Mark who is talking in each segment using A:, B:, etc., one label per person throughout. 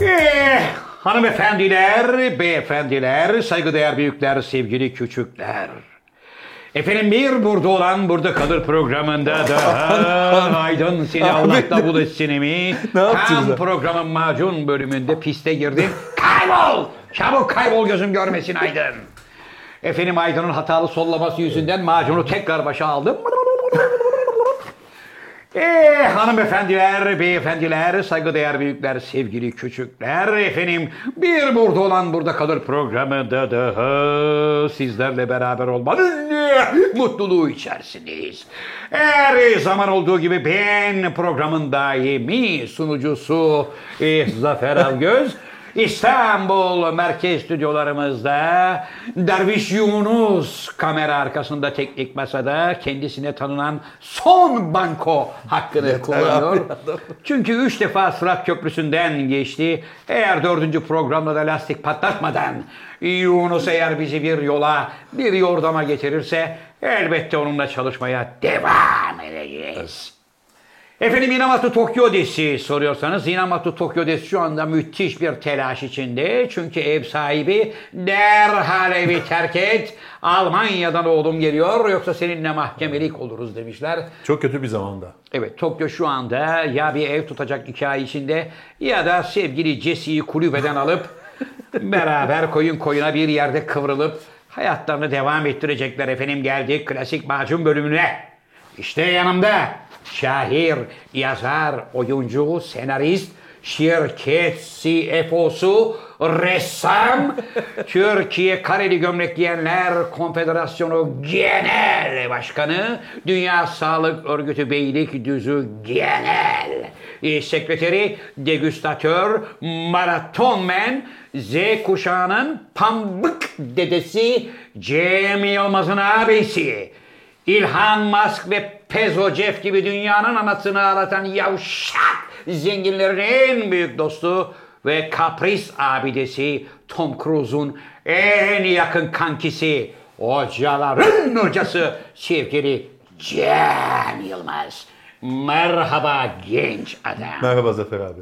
A: Eh, Hanımefendiler, beyefendiler, saygıdeğer büyükler, sevgili küçükler. Efendim bir burada olan burada kalır programında da aydın seni Allah'ta buluşsun emi.
B: Ne yaptınız
A: Tam
B: lan?
A: programın macun bölümünde piste girdim. kaybol! Çabuk kaybol gözüm görmesin aydın. Efendim Aydın'ın hatalı sollaması yüzünden macunu tekrar başa aldım. Eee Ee, hanımefendiler, beyefendiler, saygıdeğer büyükler, sevgili küçükler, efendim bir burada olan burada kalır programında daha sizlerle beraber olmanın eh, mutluluğu içerisindeyiz. Her zaman olduğu gibi ben programın daimi sunucusu eh, Zafer Algöz. İstanbul merkez stüdyolarımızda Derviş Yunus kamera arkasında teknik masada kendisine tanınan son banko hakkını kullanıyor. Çünkü üç defa Sırat Köprüsü'nden geçti. Eğer dördüncü programda da lastik patlatmadan Yunus eğer bizi bir yola bir yordama getirirse elbette onunla çalışmaya devam edeceğiz. Efendim Minamoto Tokyo Desi soruyorsanız Minamoto Tokyo Desi şu anda müthiş bir telaş içinde. Çünkü ev sahibi derhal evi terk et. Almanya'dan oğlum geliyor yoksa seninle mahkemelik oluruz demişler.
B: Çok kötü bir zamanda.
A: Evet Tokyo şu anda ya bir ev tutacak iki ay içinde ya da sevgili Jesse'yi kulübeden alıp beraber koyun koyuna bir yerde kıvrılıp hayatlarını devam ettirecekler efendim geldik klasik macun bölümüne. İşte yanımda şair, yazar, oyuncu, senarist, şirket CFO'su, ressam, Türkiye Kareli Gömlek Giyenler Konfederasyonu Genel Başkanı, Dünya Sağlık Örgütü Beylikdüzü Genel e, Sekreteri, degüstatör, maratonmen, Z kuşağının pambık dedesi Cem Yılmaz'ın abisi. İlhan Musk ve Pezo Jeff gibi dünyanın anasını ağlatan yavşak zenginlerin en büyük dostu ve kapris abidesi Tom Cruise'un en yakın kankisi, hocaların hocası sevgili Cem Yılmaz. Merhaba genç adam.
B: Merhaba Zafer abi.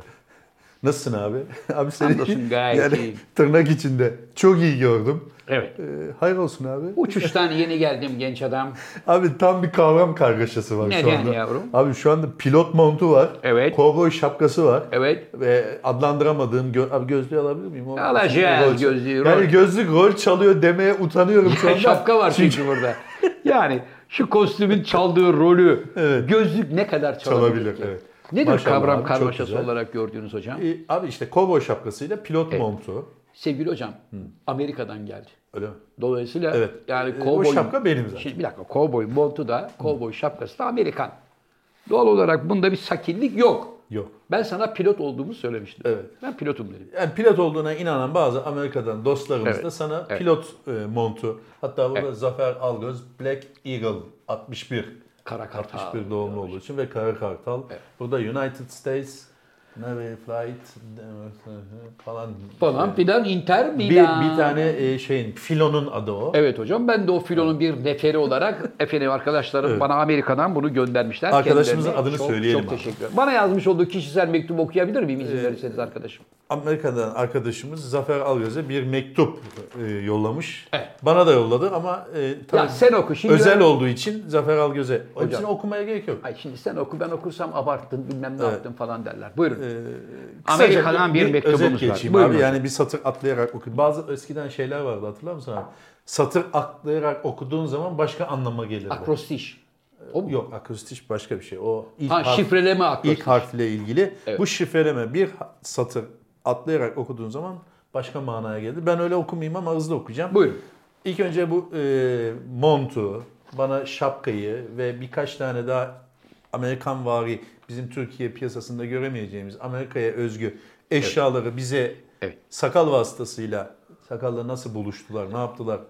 B: Nasılsın abi? Abi
A: Hamdolsun,
B: seni
A: gayet iyiyim.
B: tırnak içinde çok iyi gördüm.
A: Evet.
B: Ee, hayır olsun abi.
A: Uçuştan yeni geldim genç adam.
B: Abi tam bir kavram kargaşası var şu
A: Neden
B: anda.
A: yavrum?
B: Abi şu anda pilot montu var.
A: Evet.
B: Kovboy şapkası var.
A: Evet.
B: Ve adlandıramadığım gö- abi gözlüğü alabilir miyim? O- şey,
A: Alacağız
B: Rol-
A: gözlüğü, rol.
B: Yani gözlük rol çalıyor demeye utanıyorum şu anda.
A: Şapka var çünkü
B: Çünkü
A: burada. Yani şu kostümün çaldığı rolü,
B: Evet.
A: gözlük ne kadar çalabilir?
B: Çalabilir,
A: ki?
B: evet.
A: Nedir
B: Maşallah
A: kavram
B: abi, çok
A: karmaşası
B: güzel.
A: olarak gördüğünüz hocam?
B: Ee, abi işte kovboy şapkasıyla pilot montu.
A: Sevgili hocam, Amerika'dan geldi.
B: Öyle mi?
A: Dolayısıyla
B: Evet.
A: yani
B: Ee, o
A: kovboy...
B: şapka benim zaten.
A: Şimdi bir dakika, kovboy montu da, kovboy şapkası da Amerikan. Doğal olarak bunda bir sakinlik yok.
B: Yok.
A: Ben sana pilot olduğumu söylemiştim.
B: Evet.
A: Ben pilotum dedim.
B: Yani pilot olduğuna inanan bazı Amerika'dan dostlarımız
A: Evet,
B: da sana
A: evet.
B: pilot e, montu. Hatta burada Zafer Algöz Black Eagle 61.
A: Kara kartal.
B: 61 doğumlu olduğu için ve Kara Kartal. Burada United States Navy Flight falan.
A: Falan filan Inter
B: Bir,
A: Milan.
B: bir tane e, şeyin filonun adı o.
A: Evet hocam ben de o filonun bir neferi olarak efendim arkadaşlarım bana Amerika'dan bunu göndermişler.
B: Arkadaşımızın
A: Kendilerine
B: adını
A: çok,
B: söyleyelim
A: Çok
B: abi.
A: teşekkür ederim. Bana yazmış olduğu kişisel mektubu okuyabilir miyim izin verirseniz arkadaşım?
B: Amerika'dan arkadaşımız Zafer Algöz'e bir mektup e, yollamış.
A: Evet.
B: Bana da yolladı ama e, tabii
A: Ya sen oku şimdi.
B: özel
A: ben-
B: olduğu için Zafer Algöz'e. Hepsini
A: Hocam.
B: okumaya gerek yok.
A: Ay şimdi sen oku ben okursam abarttın bilmem ne
B: Evet.
A: yaptın falan derler. Buyurun.
B: Ee, Kısaca
A: Amerika'dan bir, mektubumuz
B: özet
A: var.
B: geçeyim
A: Buyurun
B: abi
A: hocam.
B: yani bir satır atlayarak okuyun. Bazı eskiden şeyler vardı hatırlar mısın abi? Satır atlayarak okuduğun zaman başka anlama gelirdi.
A: Akrostiş. O mu?
B: Yok akrostiş başka bir şey. O ilk,
A: Ha,
B: harf-
A: şifreleme
B: ilk
A: akrostiş.
B: harfle ilgili.
A: Evet.
B: Bu şifreleme bir ha- satır atlayarak okuduğun zaman başka manaya gelir. Ben öyle okumayayım ama hızlı okuyacağım.
A: Buyurun.
B: İlk önce bu e, montu, bana şapkayı ve birkaç tane daha Amerikan vari bizim Türkiye piyasasında göremeyeceğimiz Amerika'ya özgü eşyaları bize
A: Evet.
B: sakal vasıtasıyla sakalla nasıl buluştular, ne yaptılar,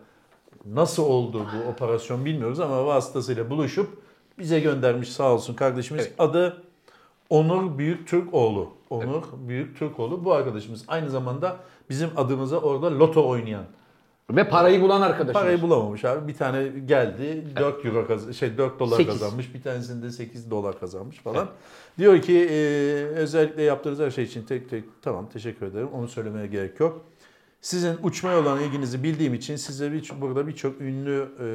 B: nasıl oldu bu operasyon bilmiyoruz ama vasıtasıyla buluşup bize göndermiş sağ olsun kardeşimiz.
A: Evet.
B: Adı Onur Büyük Türkoğlu. Onur Büyük Türkoğlu bu arkadaşımız aynı zamanda bizim adımıza orada loto oynayan
A: Ve parayı bulan arkadaşımız.
B: Parayı bulamamış abi. Bir tane geldi 4 euro kaz- şey 4 dolar
A: Sekiz.
B: kazanmış. Bir tanesinde 8 dolar kazanmış falan. Diyor ki e, özellikle yaptığınız her şey için tek tek tamam teşekkür ederim. Onu söylemeye gerek yok. Sizin uçmaya olan ilginizi bildiğim için size bir, burada birçok ünlü e,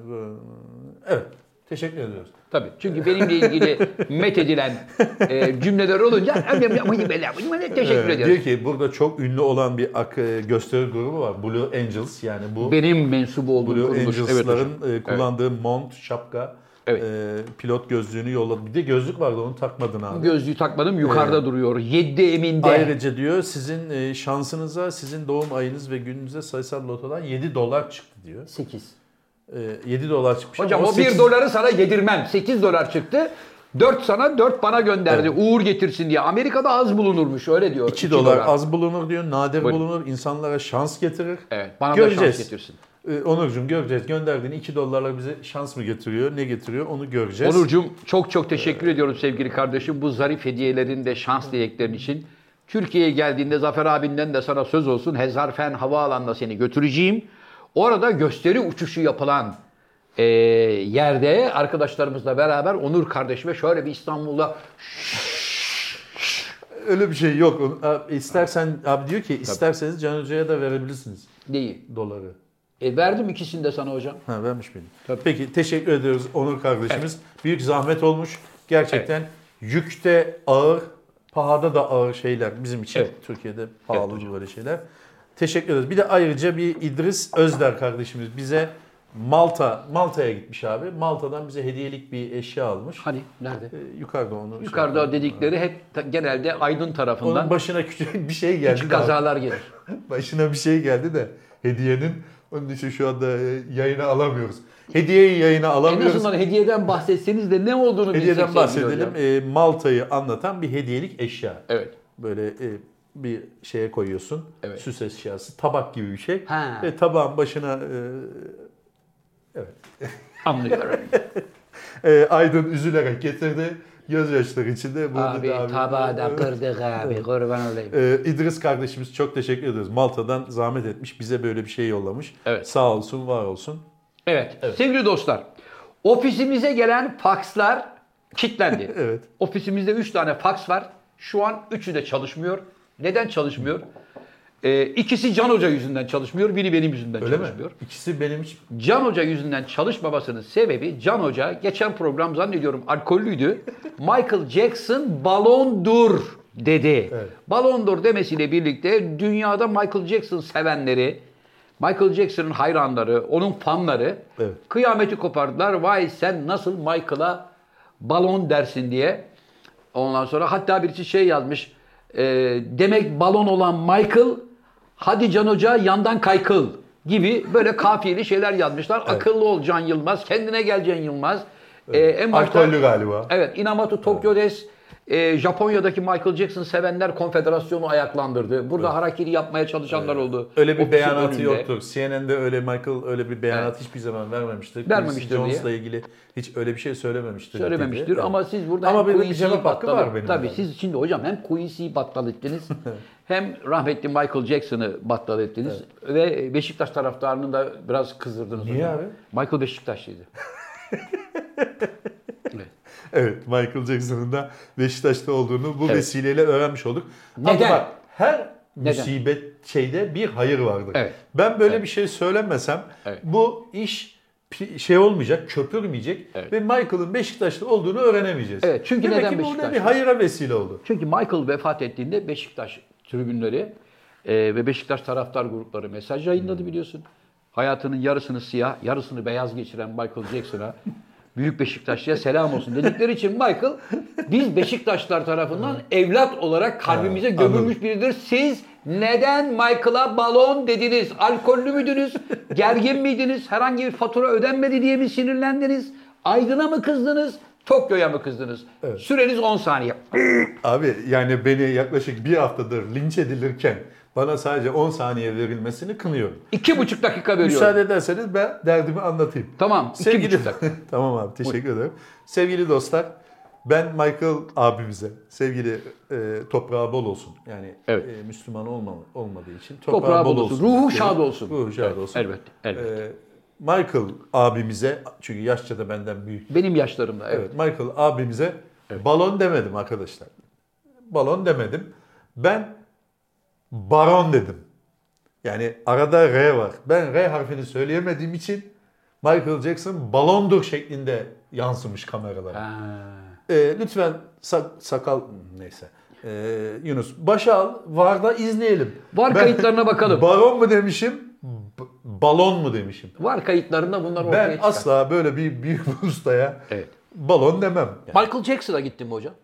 B: e, evet teşekkür ediyoruz.
A: Tabii. Çünkü benimle ilgili met edilen e, cümleler olunca teşekkür
B: Evet,
A: ediyorum.
B: diyor ki burada çok ünlü olan bir ak- e, gösteri grubu var. Blue Angels yani bu
A: Benim mensubu olduğum
B: Blue
A: kuruluş. Evet hocam.
B: Angels'ların e, kullandığı mont, şapka,
A: Evet.
B: e, pilot gözlüğünü yolladı. Bir de gözlük vardı onu takmadın abi.
A: Gözlüğü takmadım yukarıda duruyor. Yedi eminde.
B: Ayrıca diyor sizin e, şansınıza, sizin doğum ayınız ve gününüze sayısal lotodan 7 dolar çıktı diyor.
A: Sekiz.
B: E, 7 dolar çıkmış.
A: Hocam
B: ama
A: o 1
B: sekiz-
A: doları sana yedirmem. 8 dolar çıktı. 4 sana 4 bana gönderdi. Uğur getirsin diye. Amerika'da az bulunurmuş öyle diyor.
B: 2
A: İki
B: dolar az bulunur diyor, nadir
A: Buyurun.
B: bulunur, insanlara şans getirir.
A: Evet bana da şans
B: Göreceğiz.
A: getirsin.
B: E, Onurcuğum göreceğiz. Gönderdiğin 2 dolarla bize şans mı getiriyor, ne getiriyor onu göreceğiz.
A: Onurcuğum çok çok teşekkür ediyorum sevgili kardeşim. Bu zarif hediyelerin de şans dileklerin için. Türkiye'ye geldiğinde Zafer abinden de sana söz olsun. Hezarfen Havaalanı'na seni götüreceğim. Orada gösteri uçuşu yapılan eee, yerde arkadaşlarımızla beraber Onur kardeşime şöyle bir İstanbul'da
B: Öyle bir şey yok. Onu- Abi, istersen abi diyor ki isterseniz Can Hoca'ya da verebilirsiniz
A: değil.
B: doları.
A: E, verdim ikisini de sana hocam.
B: Ha vermiş miydim? Peki teşekkür ediyoruz Onur kardeşimiz. Büyük zahmet olmuş. Gerçekten yükte ağır, pahada da ağır şeyler bizim için.
A: Evet.
B: Türkiye'de pahalı böyle şeyler. Teşekkür ederiz. Bir de ayrıca bir İdris Özder kardeşimiz bize Malta, Malta'ya gitmiş abi. Malta'dan bize hediyelik bir eşya almış.
A: Hani nerede?
B: Ee, yukarıda onu. şey
A: Yukarıda
B: yapalım.
A: dedikleri hep ta- genelde Aydın
B: Onun
A: tarafından
B: başına küçük bir şey geldi. de abi.
A: kazalar gelir.
B: Başına bir şey geldi de hediyenin. Onun için şu anda e, yayına alamıyoruz. Hediyeyi yayına
A: En
B: alamıyoruz.
A: azından hediyeden bahsetseniz de ne olduğunu bilsek
B: Hediyeden
A: sevgili
B: bahsedelim.
A: hocam.
B: E, Malta'yı anlatan bir hediyelik eşya.
A: Evet.
B: Böyle e, bir şeye koyuyorsun.
A: Evet.
B: Süs eşyası. Tabak gibi bir şey.
A: Ha.
B: Ve tabağın başına
A: Anlıyorum.
B: e, e, Aydın üzülerek getirdi. Gözyaşları içinde. Bunu
A: abi
B: da abi-
A: tabağı da kırdık abi kurban olayım.
B: E, İdris kardeşimiz çok teşekkür ediyoruz. Malta'dan zahmet etmiş. Bize böyle bir şey yollamış.
A: Evet.
B: Sağ olsun, var olsun.
A: Evet. Sevgili dostlar, ofisimize gelen fakslar kilitlendi.
B: Evet.
A: Ofisimizde 3 tane faks var. Şu an üçü de çalışmıyor. Neden çalışmıyor? Ee, ikisi Can Hoca yüzünden çalışmıyor, biri benim yüzümden
B: Öyle mi?
A: çalışmıyor.
B: İkisi benim hiç
A: Can Hoca yüzünden çalışmamasının sebebi Can Hoca geçen program zannediyorum alkollüydü. Michael Jackson balondur dedi.
B: Evet.
A: Balondur demesiyle birlikte dünyada Michael Jackson sevenleri, Michael Jackson'ın hayranları, onun fanları
B: Evet.
A: kıyameti kopardılar. Vay sen nasıl Michael'a balon dersin diye. Ondan sonra hatta birisi şey yazmış. e, demek balon olan Michael hadi Can Hoca yandan kaykıl gibi böyle kafiyeli şeyler yazmışlar. Akıllı ol Can Yılmaz, kendine gel Can Yılmaz. E, en başta-
B: alkollü galiba.
A: Evet, Inamoto Tokyo Des e, Japonya'daki Michael Jackson sevenler konfederasyonu ayaklandırdı. Burada harakiri yapmaya çalışanlar oldu.
B: Öyle bir
A: Ofisin
B: beyanatı
A: önünde.
B: yoktur. CNN'de öyle Michael öyle bir beyanat hiçbir zaman vermemiştir.
A: Vermemiştir
B: Quincy Jones'la ilgili hiç öyle bir şey söylememiştir.
A: Söylememiştir
B: dedi.
A: ama siz burada
B: Ama
A: hem
B: benim bir
A: Quincy'yi
B: cevap hakkı
A: battal-
B: var benim.
A: Tabii
B: yani.
A: siz şimdi hocam hem Quincy'yi battal ettiniz hem rahmetli Michael Jackson'ı battal ettiniz ve Beşiktaş taraftarını da biraz kızdırdınız.
B: Niye abi?
A: Michael Beşiktaşlıydı.
B: Evet Michael Jackson'ın da Beşiktaş'ta olduğunu bu vesileyle öğrenmiş olduk.
A: Neden?
B: Ama bak her
A: Neden?
B: musibet şeyde bir hayır vardır.
A: Evet.
B: Ben böyle bir şey söylemesem
A: Evet.
B: bu iş pi- şey olmayacak, köpürmeyecek
A: Evet.
B: ve Michael'ın Beşiktaşlı olduğunu öğrenemeyeceğiz.
A: Evet, çünkü
B: Demek
A: neden
B: ki bu ne
A: Beşiktaşlı?
B: bir hayıra vesile oldu.
A: Çünkü Michael vefat ettiğinde Beşiktaş tribünleri e, ve Beşiktaş taraftar grupları mesaj yayınladı
B: Hmm.
A: biliyorsun. Hayatının yarısını siyah, yarısını beyaz geçiren Michael Jackson'a Büyük Beşiktaşlı'ya selam olsun dedikleri için Michael biz Beşiktaşlar tarafından evlat olarak kalbimize
B: Evet, anladım.
A: gömülmüş biridir. Siz neden Michael'a balon dediniz? Alkollü müydünüz? Gergin miydiniz? Herhangi bir fatura ödenmedi diye mi sinirlendiniz? Aydın'a mı kızdınız? Tokyo'ya mı kızdınız? Süreniz 10 saniye.
B: Abi yani beni yaklaşık bir haftadır linç edilirken bana sadece 10 saniye verilmesini kınıyorum.
A: İki buçuk dakika veriyorum.
B: Müsaade ederseniz ben derdimi anlatayım.
A: Tamam. iki
B: Sevgili
A: buçuk dakika.
B: tamam abi teşekkür ederim. Sevgili dostlar Ben Michael abimize, sevgili e, toprağı bol olsun. Yani
A: Evet.
B: e, Müslüman olma, olmadığı için toprağı,
A: Toprağı
B: bol
A: bol
B: olsun.
A: olsun. Ruhu
B: istiyorum.
A: şad olsun.
B: Ruhu şad
A: Evet,
B: olsun.
A: elbette, elbette.
B: E, Michael abimize, çünkü yaşça da benden büyük.
A: Benim yaşlarımda evet.
B: Evet, Michael abimize balon demedim arkadaşlar. Balon demedim. Ben baron dedim. Yani arada R var. Ben R harfini söyleyemediğim için Michael Jackson balondur şeklinde yansımış kameralara.
A: Ha.
B: Ee, lütfen sak- sakal neyse. Ee, Yunus başa al. Varda izleyelim.
A: Var
B: Ben
A: kayıtlarına bakalım.
B: Baron mu demişim? b- balon mu demişim?
A: Var kayıtlarında bunlar ortaya
B: Ben
A: çıkar.
B: asla böyle bir büyük bir ustaya
A: Evet.
B: balon demem. Yani
A: Michael Jackson'a gittin mi hocam?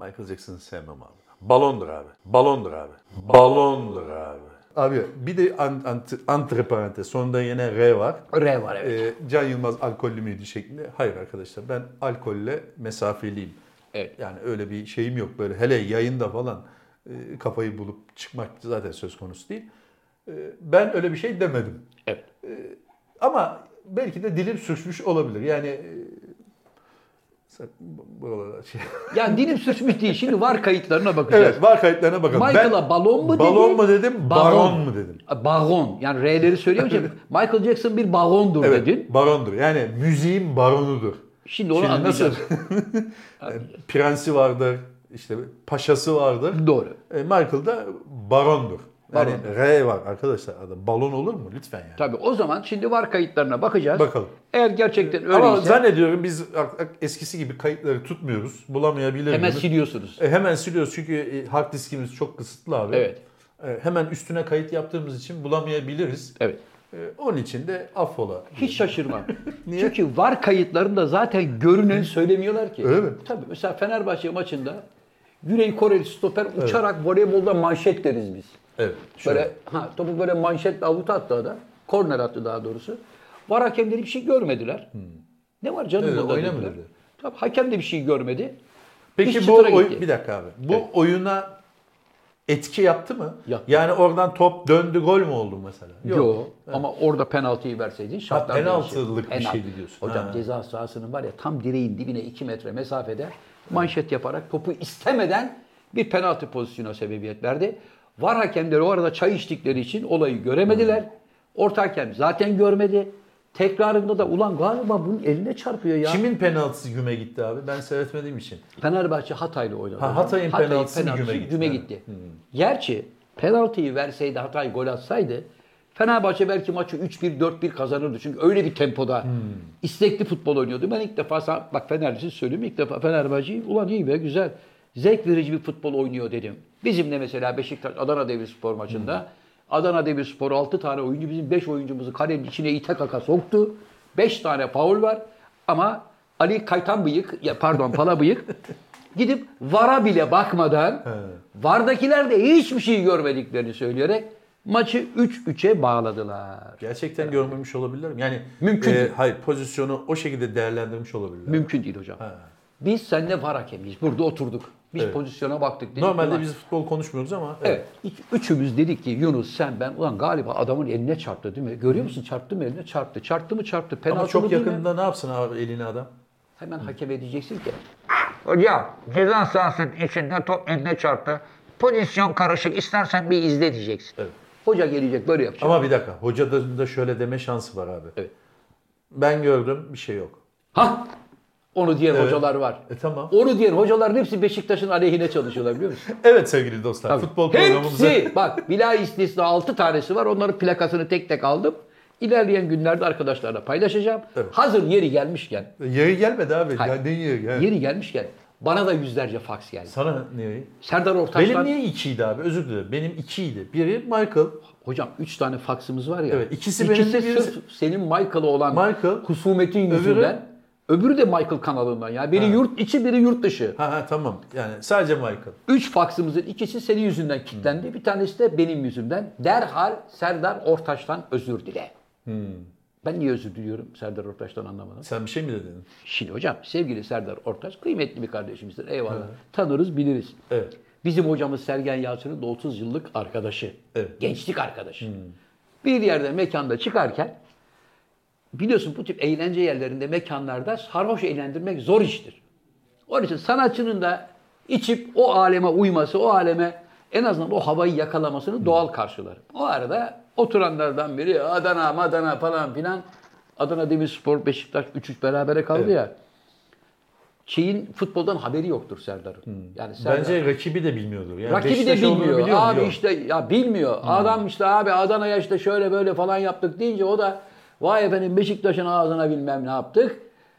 B: Michael Jackson'ı sevmem abi. Balondur abi. Balondur abi. Balondur abi. Abi bir de an, ant- antre parantez. Sonunda yine R var.
A: R var evet.
B: Ee, Can Yılmaz alkollü müydü şeklinde. Hayır arkadaşlar ben alkolle mesafeliyim.
A: Evet.
B: Yani öyle bir şeyim yok. Böyle hele yayında falan e, kafayı bulup çıkmak zaten söz konusu değil. E, ben öyle bir şey demedim. Ee,
A: Evet.
B: Ama belki de dilim sürçmüş olabilir. Yani e, sen bu- buralara şey...
A: Yani dilim sürçmüş değil. Şimdi var kayıtlarına bakacağız.
B: Evet var kayıtlarına bakalım.
A: Michael'a
B: Ben
A: balon mu dedin?
B: Balon mu dedim, baron,
A: Baron.
B: mu dedim.
A: Baron. Yani R'leri söyleyemeyeceğim. Michael Jackson bir barondur
B: Evet,
A: dedin.
B: barondur. Yani müziğin baronudur.
A: Şimdi onu
B: Şimdi nasıl?
A: anlayacağız.
B: Prensi vardır, işte paşası vardır.
A: Doğru.
B: E, Michael da barondur. Yani
A: Barondur.
B: R var arkadaşlar. adı. Balon olur mu lütfen yani?
A: Tabii o zaman şimdi var kayıtlarına bakacağız.
B: Bakalım.
A: Eğer gerçekten
B: Ama
A: öyleyse
B: zannediyorum biz ak- ak- eskisi gibi kayıtları tutmuyoruz. Bulamayabiliriz.
A: hemen siliyorsunuz.
B: E, hemen siliyoruz çünkü e, hard diskimiz çok kısıtlı abi.
A: Evet.
B: E, hemen üstüne kayıt yaptığımız için bulamayabiliriz.
A: Evet.
B: E, onun için de affola.
A: Hiç şaşırmam.
B: Niye?
A: Çünkü var kayıtlarında zaten görünen söylemiyorlar ki.
B: Öyle mi?
A: Tabii mesela Fenerbahçe maçında Güney Koreli stoper uçarak voleybolda manşet deriz biz.
B: Evet. Şöyle.
A: Böyle ha, topu böyle manşetle avuta attı adam. Korner attı daha doğrusu. Var hakemleri bir şey görmediler. Ne var canım
B: Evet,
A: burada
B: oynamadı
A: dediler.
B: dedi.
A: Tabii hakem de bir şey görmedi.
B: Peki
A: iş
B: bu
A: çıtıra
B: oy-
A: gitti.
B: bir dakika abi. Bu oyuna etki yaptı mı?
A: Yaptı.
B: Yani oradan top döndü gol mü oldu mesela?
A: Yok. Ama orada penaltıyı verseydin şartlar
B: penaltılık
A: değişir.
B: bir
A: Penaltı.
B: şeydi diyorsun.
A: Hocam
B: Ha.
A: ceza sahasının var ya tam direğin dibine 2 metre mesafede manşet yaparak topu istemeden bir penaltı pozisyonuna sebebiyet verdi. Var hakemleri o arada çay içtikleri için olayı göremediler.
B: Hmm.
A: Orta hakem zaten görmedi. Tekrarında da ulan galiba bunun eline çarpıyor ya.
B: Kimin penaltısı güme gitti abi? Ben seyretmediğim için.
A: Fenerbahçe Hatay'la oynadı.
B: Ha, Hatay'ın penaltısı güme gitti. Evet.
A: gitti. Gerçi penaltıyı verseydi Hatay gol atsaydı Fenerbahçe belki maçı 3-1 4-1 kazanırdı. Çünkü öyle bir tempoda istekli futbol oynuyordu. Ben ilk defa sa- bak Fenerlisi söyleyeyim ilk defa Fenerbahçe'yi ulan iyi be güzel zevk verici bir futbol oynuyor dedim. Bizimle mesela Beşiktaş Adana Demirspor maçında Adana Demirspor 6 tane oyuncu bizim 5 oyuncumuzu kalenin içine ite kaka soktu. 5 tane faul var ama Ali Kaytan bıyık ya pardon pala bıyık gidip VAR'a bile bakmadan VAR'dakiler de hiçbir şey görmediklerini söyleyerek maçı 3-3'e bağladılar.
B: Gerçekten görmemiş olabilirler mi? Yani e,
A: Mümkün değil.
B: hayır pozisyonu o şekilde değerlendirmiş olabilirler.
A: Mümkün değil hocam. Biz seninle VAR hakemiyiz. Burada oturduk. Biz pozisyona baktık. Dedik,
B: Normalde
A: ulan-
B: biz futbol konuşmuyoruz ama
A: Evet. üç- Üçümüz dedik ki Yunus sen ben ulan galiba adamın eline çarptı değil mi? Görüyor musun çarptı mı eline çarptı. Çarptı mı çarptı. Penaltı
B: Ama
A: mı
B: çok
A: değil mi?
B: yakında ne yapsın abi elini adam?
A: Hemen hakeme diyeceksin ki
C: Ya ceza sahasının içinde top eline çarptı. Pozisyon karışık. istersen bir izle diyeceksin.
A: hoca gelecek böyle yapacak.
B: Ama bir dakika hoca da, da şöyle deme şansı var abi.
A: Şey- Evet.
B: Ben gördüm bir şey yok.
A: Hah! Onu diyen hocalar var.
B: E tamam.
A: Onu diyen hocaların hepsi Beşiktaş'ın aleyhine çalışıyorlar biliyor musun?
B: Evet sevgili dostlar futbol programımızda
A: Hepsi. Bak bila istisna 6 tanesi var. Onların plakasını tek tek aldım. İlerleyen günlerde arkadaşlarla paylaşacağım. Hazır yeri gelmişken,
B: yeri gelmedi abi.
A: Hayır.
B: Ya ne yeri? Yani.
A: yeri gelmişken bana da yüzlerce faks geldi.
B: Sana ne yeri?
A: Serdar
B: Benim
A: Ortaç'tan
B: niye ikiydi abi? Özür dilerim. Benim ikiydi. Biri Michael.
A: hocam 3 tane faksımız var ya.
B: Evet, ikisi benim, birisi-
A: sırf senin Michael'a olan
B: Michael.
A: husumetin
B: Öbürü-
A: yüzünden. Öbürü de Michael kanalından ya. Biri yurt içi, biri yurt dışı.
B: Ha ha tamam. Yani sadece Michael.
A: Üç faksımızın ikisi senin yüzünden
B: Hmm.
A: kilitlendi. Bir tanesi de benim yüzümden. Derhal Serdar Ortaç'tan özür dile.
B: Hmm.
A: Ben niye özür diliyorum Serdar Ortaç'tan anlamadım.
B: Sen bir şey mi dedin?
A: Şimdi hocam sevgili Serdar Ortaç kıymetli bir kardeşimizdir. Eyvallah. Tanırız biliriz.
B: Evet.
A: Bizim hocamız Sergen Yalçın'ın da 30 yıllık arkadaşı.
B: Evet. Hmm.
A: Gençlik arkadaşı. Bir yerde mekanda çıkarken biliyorsun bu tip eğlence yerlerinde mekanlarda sarhoş eğlendirmek zor iştir. Onun için sanatçının da içip o aleme uyması, o aleme en azından o havayı yakalamasını doğal karşılarım. O arada oturanlardan biri Adana, Madana falan filan Adana Demirspor, Beşiktaş 3-3 berabere kaldı ya. Çiğ'in futboldan haberi yoktur Serdar'ın. Yani Serdar-
B: Bence rakibi de bilmiyordur. Yani
A: Rakibi de
B: Beşiktaş olduğunu
A: bilmiyor.
B: biliyor Hmm. mu?
A: abi
B: Yok.
A: işte ya bilmiyor. Adam işte abi Adana'ya işte şöyle böyle falan yaptık deyince o da vay efendim Beşiktaş'ın ağzına bilmem ne yaptık.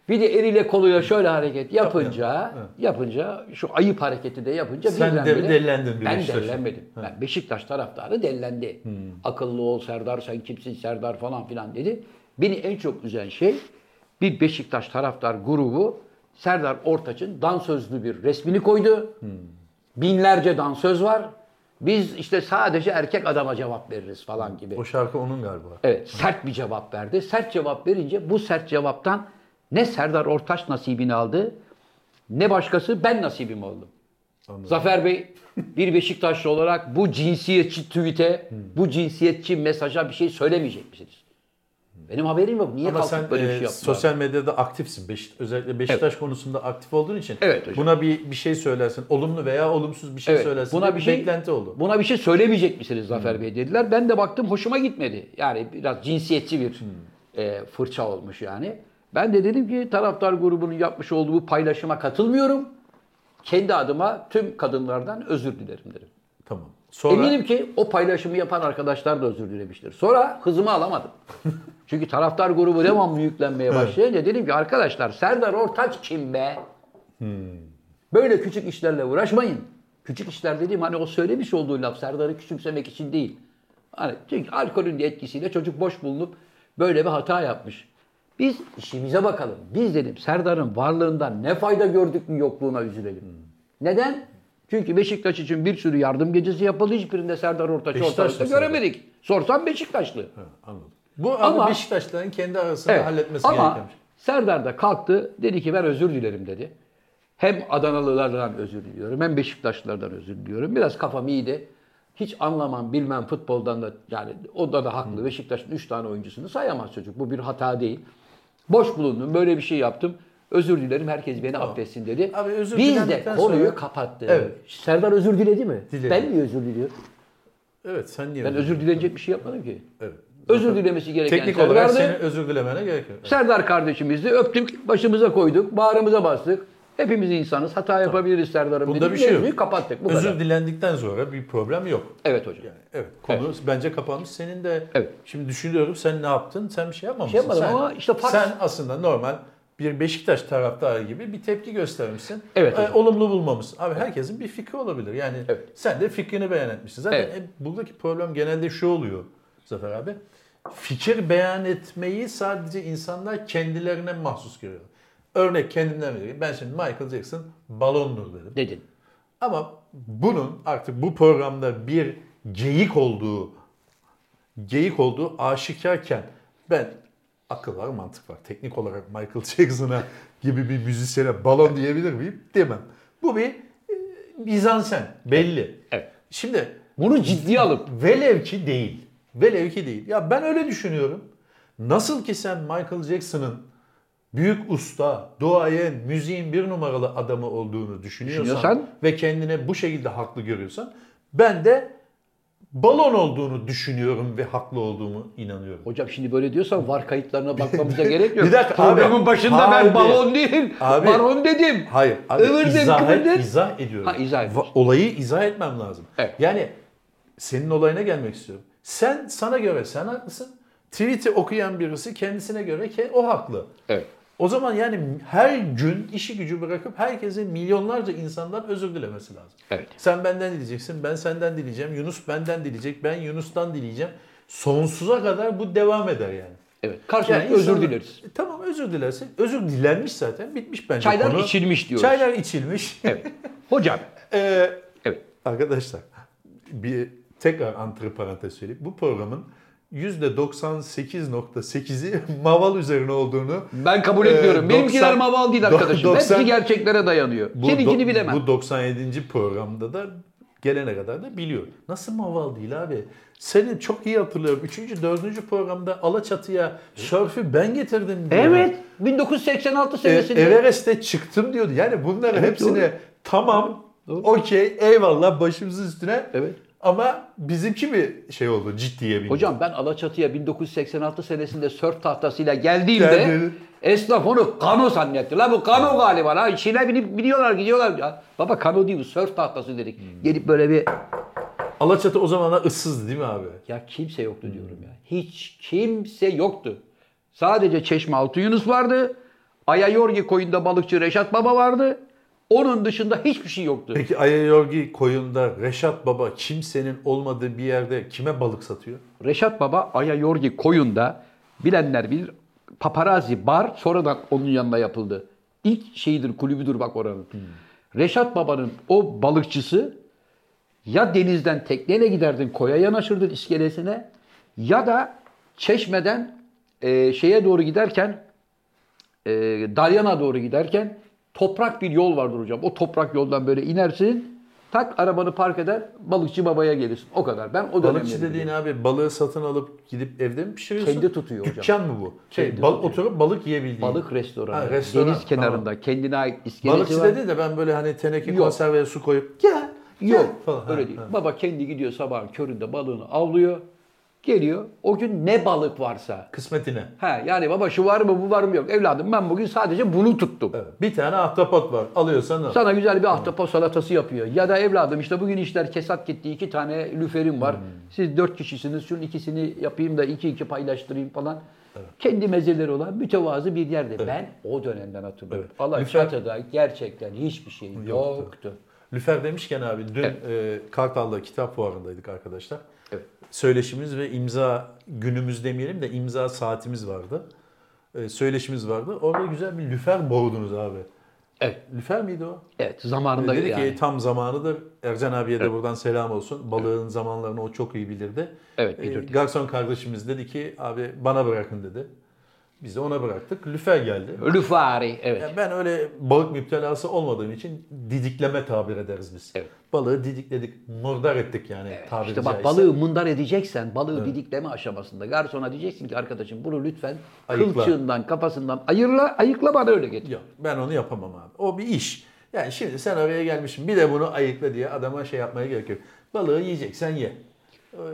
A: Bir de eliyle koluyla şöyle hareket yapınca yapınca şu ayıp hareketi de yapınca
B: Sen de
A: birdenbire-
B: bir dellendin bir
A: Ben
B: Beşiktaş'a.
A: dellenmedim. Ben Beşiktaş taraftarı dellendi. Akıllı ol Serdar sen kimsin Serdar falan filan dedi. Beni en çok üzen şey bir Beşiktaş taraftar grubu Serdar Ortaç'ın dansözlü bir resmini koydu. Binlerce dansöz var. Biz işte sadece erkek adama cevap veririz falan gibi.
B: O şarkı onun galiba.
A: Evet, sert bir cevap verdi. Sert cevap verince bu sert cevaptan ne Serdar Ortaç nasibini aldı ne başkası ben nasibimi aldım. Zafer Bey bir Beşiktaşlı olarak bu cinsiyetçi tweet'e,
B: Hmm.
A: bu cinsiyetçi mesaja bir şey söylemeyecek misiniz? Benim haberim yok. Niye
B: Ama
A: kalkıp
B: sen
A: böyle bir
B: e,
A: şey yaptılar?
B: sosyal medyada aktifsin. Beşik- özellikle Beşiktaş konusunda aktif olduğun için
A: Evet hocam.
B: buna bir bir şey söylersin. Olumlu veya olumsuz bir şey
A: Evet,
B: söylersin.
A: Buna
B: diye
A: bir şey
B: beklenti oldu. Hmm.
A: Buna bir şey söylemeyecek misiniz Zafer Bey dediler. Ben de baktım hoşuma gitmedi. Yani biraz cinsiyetçi
B: Hmm.
A: bir e, fırça olmuş yani. Ben de dedim ki taraftar grubunun yapmış olduğu bu paylaşıma katılmıyorum. Kendi adıma tüm kadınlardan özür dilerim dedim.
B: Tamam. Sonra
A: Eminim ki o paylaşımı yapan arkadaşlar da özür dilemiştir. Sonra hızımı alamadım. Çünkü taraftar grubu devamlı yüklenmeye başlayınca dedim ki arkadaşlar Serdar Ortaç kim be? Böyle küçük işlerle uğraşmayın. Küçük işler dediğim hani o söylemiş olduğu laf Serdar'ı küçümsemek için değil. Hani çünkü alkolün de etkisiyle çocuk boş bulunup böyle bir hata yapmış. Biz işimize bakalım. Biz dedim Serdar'ın varlığından ne fayda gördük mü yokluğuna üzülelim. Neden? Çünkü Beşiktaş için bir sürü yardım gecesi yapıldı. Hiçbirinde Serdar Ortaç'ı
B: Beşiktaşlı
A: ortalıkta
B: Serdar.
A: göremedik. Sorsam Beşiktaşlı.
B: Anladım. Bu
A: Ama-
B: ama Beşiktaşların kendi arasında
A: Evet.
B: halletmesi
A: Ama
B: gereken bir şey.
A: Serdar da kalktı dedi ki ben özür dilerim dedi. Hem Adanalılardan özür diliyorum hem Beşiktaşlılardan özür diliyorum. Biraz kafam iyiydi. Hiç anlamam bilmem futboldan da yani o da da haklı. Beşiktaş'ın 3 tane oyuncusunu sayamaz çocuk. Bu bir hata değil. Boş bulundum böyle bir şey yaptım. Özür dilerim herkes beni affetsin dedi.
B: Abi özür
A: Biz de
B: dilendikten
A: konuyu
B: sonra-
A: kapattık.
B: Evet.
A: Serdar özür diledi mi?
B: Diledi.
A: Ben mi özür diliyorum?
B: şey. Evet sen niye?
A: Ben özür dilenecek bir şey yapmadım ki.
B: Evet.
A: Özür dilemesi gereken
B: Teknik
A: Serdar'dı.
B: olarak senin özür dilemene gerek yok.
A: Serdar kardeşimizi öptük, başımıza koyduk, bağrımıza bastık. Hepimiz insanız, hata yapabiliriz Serdar'ın.
B: Bunda
A: dedik,
B: bir şey yok.
A: mevzuyu kapattık. Bu
B: özür
A: kadar.
B: dilendikten sonra bir problem yok.
A: Evet hocam.
B: Yani evet konu bence kapanmış. Senin de
A: Evet.
B: şimdi düşünüyorum sen ne yaptın? Sen bir şey yapmamışsın.
A: Bir şey yapmadım
B: sen,
A: ama işte faks-
B: Sen aslında normal bir Beşiktaş taraftarı gibi bir tepki göstermişsin.
A: Evet
B: Ee,
A: hocam.
B: olumlu bulmamışsın. Abi herkesin bir fikri olabilir. Yani
A: Evet.
B: sen de fikrini beyan etmişsin. Zaten
A: Evet.
B: e, buradaki problem genelde şu oluyor Zafer abi. Fikir beyan etmeyi sadece insanlar kendilerine mahsus görüyor. Örnek kendimden vereyim. Ben şimdi Michael Jackson balondur dedim.
A: Dedin.
B: Ama bunun artık bu programda bir geyik olduğu geyik olduğu aşikarken ben akıl var mantık var. Teknik olarak Michael Jackson'a gibi bir müzisyene balon diyebilir miyim? Demem. Bu bir e, mizansen belli.
A: Evet.
B: Şimdi
A: Bunu ciddiye alıp
B: velev ki değil. Velev ki değil. Ya ben öyle düşünüyorum. Nasıl ki sen Michael Jackson'ın büyük usta, duayen, müziğin bir numaralı adamı olduğunu düşünüyorsan,
A: Düşünüyorsan-
B: ve kendine bu şekilde haklı görüyorsan ben de balon olduğunu düşünüyorum ve haklı olduğumu inanıyorum.
A: hocam şimdi böyle diyorsan var kayıtlarına bakmamıza gerek yok.
B: Bir dakika abi.
D: Programın başında
B: Haydi.
D: ben balon değilim.
B: Abi.
D: Baron dedim.
B: Hayır. Abi,
A: Ivır dedim,
B: izah,
A: kıvır dedim.
B: izah ediyorum.
A: Ha, izah ediyorsun.
B: Va- Olayı izah etmem lazım.
A: Evet.
B: Yani senin olayına gelmek istiyorum. Sen sana göre sen haklısın. Tweet'i okuyan birisi kendisine göre ki o haklı.
A: Evet.
B: O zaman yani her gün işi gücü bırakıp herkesin milyonlarca insandan özür dilemesi lazım.
A: Evet.
B: Sen benden dileyeceksin, ben senden dileyeceğim, Yunus benden dileyecek, ben Yunus'tan dileyeceğim. Sonsuza kadar bu devam eder yani.
A: Evet. Karşılıklı
B: Yani
A: özür
B: insanlar-
A: dileriz.
B: E, tamam özür dilersin. Özür dilenmiş zaten. Bitmiş bence
A: Çaylar
B: konu.
A: içilmiş diyoruz.
B: Çaylar içilmiş.
A: Evet. Hocam.
B: Ee,
A: Evet.
B: arkadaşlar bir tekrar antiparantez söyleyeyim. Bu programın %98.8'i maval üzerine olduğunu
A: Ben kabul
B: Ee,
A: etmiyorum. Benimkiler
B: 90
A: maval değil arkadaşım.
B: do- 90
A: Hepsi gerçeklere dayanıyor.
B: bu,
A: Seninkini
B: do-
A: bilemem.
B: bu 97. programda da gelene kadar da biliyor. Nasıl maval değil abi? Senin çok iyi hatırlıyorum. Üçüncü, dördüncü programda Alaçatı'ya şörfü ben getirdim diyor.
A: Evet. 1986
B: E,
A: senesinde.
B: Everest'e çıktım diyordu. Yani bunların hepsine tamam, okey, eyvallah başımızın üstüne.
A: Evet.
B: Ama bizimki bir şey oldu ciddiye bindi.
A: Hocam ben Alaçatı'ya 1986 senesinde sörf tahtasıyla geldiğimde
B: Geldi.
A: esnaf onu kano zannetti. La bu kano galiba la içine binip biniyorlar gidiyorlar. Ya, baba kano değil bu sörf tahtası dedik. Gelip böyle bir
B: Alaçatı o zamanlar ıssızdı değil mi abi?
A: ya kimse yoktu diyorum ya. Hiç kimse yoktu. Sadece Çeşme Altı Yunus vardı. Ayayorgi koyunda balıkçı Reşat Baba vardı. Onun dışında hiçbir şey yoktu.
B: Peki Ayayorgi koyunda Reşat Baba kimsenin olmadığı bir yerde kime balık satıyor?
A: Reşat Baba Ayayorgi Koyun'da bilenler bilir paparazzi bar sonradan onun yanına yapıldı. İlk şeyidir kulübüdür bak oranın.
B: Hmm.
A: Reşat Baba'nın o balıkçısı ya denizden tekneyle giderdin koya yanaşırdın iskelesine ya da çeşmeden e, şeye doğru giderken e, Dalyan'a doğru giderken toprak bir yol vardır hocam. O toprak yoldan böyle inersin tak arabanı park eder balıkçı babaya gelirsin. O kadar. Ben o dönemleri
B: Balıkçı
A: biliyorum.
B: dediğin abi balığı satın alıp gidip evde mi pişiriyorsun?
A: Kendi tutuyor hocam.
B: Dükkan mı bu? Şey,
A: Kendi
B: bal-
A: tutuyor.
B: oturup balık yiyebildiğin.
A: Balık restoranı.
B: Ha, restoran,
A: Deniz kenarında kendine ait iskelesi
B: Balıkçı
A: var.
B: dedi de ben böyle hani teneke
A: Yok.
B: konserveye su koyup gel. gel
A: Yok
B: şey falan. Ha,
A: öyle değil.
B: ha.
A: Baba kendi gidiyor sabahın köründe balığını avlıyor. Geliyor. O gün ne balık varsa.
B: Kısmetine.
A: He yani baba şu var mı bu var mı yok. Evladım ben bugün sadece bunu tuttum.
B: Evet. Bir tane ahtapot var. Alıyorsan al.
A: Sana güzel bir ahtapot salatası yapıyor. Ya da evladım işte bugün işler kesat gitti. iki tane lüferim
B: Hmm.
A: var. Siz dört kişisiniz. Şunun ikisini yapayım da iki iki paylaştırayım falan. Kendi mezeleri olan mütevazı bir yerde. Ben o dönemden hatırlıyorum.
B: Evet.
A: Alaçatı'da gerçekten hiçbir şey yoktu.
B: Lüfer demişken abi dün e, Kartal'da kitap fuarındaydık arkadaşlar.
A: Evet.
B: Söyleşimiz ve imza günümüz demeyelim de imza saatimiz vardı. E, söyleşimiz vardı. Orada güzel bir lüfer boğdunuz abi.
A: Evet.
B: Lüfer miydi o? E,
A: Evet zamanında
B: Dedi
A: yani.
B: ki tam zamanıdır. Ercan abiye de buradan selam olsun. Balığın zamanlarını o çok iyi bilirdi.
A: Evet,
B: E,
A: bilirdi.
B: garson kardeşimiz dedi ki abi bana bırakın dedi. Biz de ona bıraktık. Lüfer geldi.
A: Lüfari evet.
B: Ya ben öyle balık müptelası olmadığım için didikleme tabir ederiz biz.
A: Evet.
B: Balığı didikledik, murdar ettik yani tabiri
A: İşte bak
B: caizse.
A: balığı mındar edeceksen balığı didikleme aşamasında garsona diyeceksin ki arkadaşım bunu lütfen
B: Ayıkla.
A: kılçığından kafasından ayırla ayıkla bana öyle getir.
B: Yok ben onu yapamam abi. O bir iş. Yani şimdi sen araya gelmişsin bir de bunu ayıkla diye adama şey yapmaya gerek yok. Balığı yiyeceksen ye.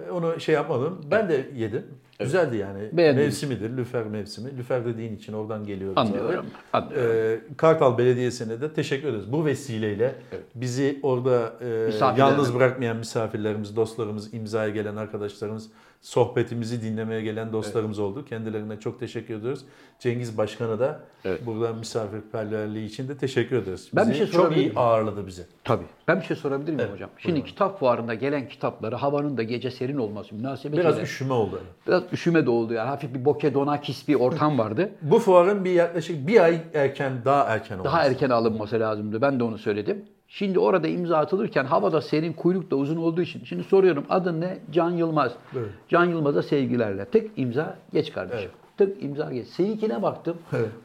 B: Ee, Onu şey yapmadım. Ben de yedim. Güzeldi yani.
A: Beğendiniz.
B: Mevsimidir. Lüfer mevsimi. Lüfer dediğin için oradan geliyoruz.
A: Anlıyorum,
B: zaten.
A: anlıyorum.
B: Ee, Kartal Belediyesi'ne de teşekkür ederiz. Bu vesileyle bizi orada e,
A: Misafirlerimiz-
B: yalnız bırakmayan misafirlerimiz, dostlarımız, imzaya gelen arkadaşlarımız, sohbetimizi dinlemeye gelen dostlarımız oldu. Kendilerine çok teşekkür ediyoruz. Cengiz Başkan'a da buradan misafirperverliği için de teşekkür ederiz.
A: Ben bir
B: Bizi
A: şey
B: çok
A: sorabilir
B: iyi
A: miyim?
B: ağırladı bizi.
A: Tabii. Ben bir şey sorabilir miyim hocam? Şimdi kitap fuarında gelen kitapları havanın da gece serin olması münasebetiyle
B: Biraz
A: biraz,
B: üşüme oldu.
A: üşüme de oldu yani. Hafif bir bokeh donakis bir ortam vardı.
B: Bu fuarın bir yaklaşık bir ay erken, daha erken oldu.
A: Daha erken alınması lazımdı. Ben de onu söyledim. Şimdi orada imza atılırken havada serin kuyruk da uzun olduğu için. Şimdi soruyorum adın ne? Can Yılmaz.
B: Evet.
A: Can Yılmaz'a sevgilerle. Tık imza geç kardeşim. Tık imza geç. Seninkine baktım.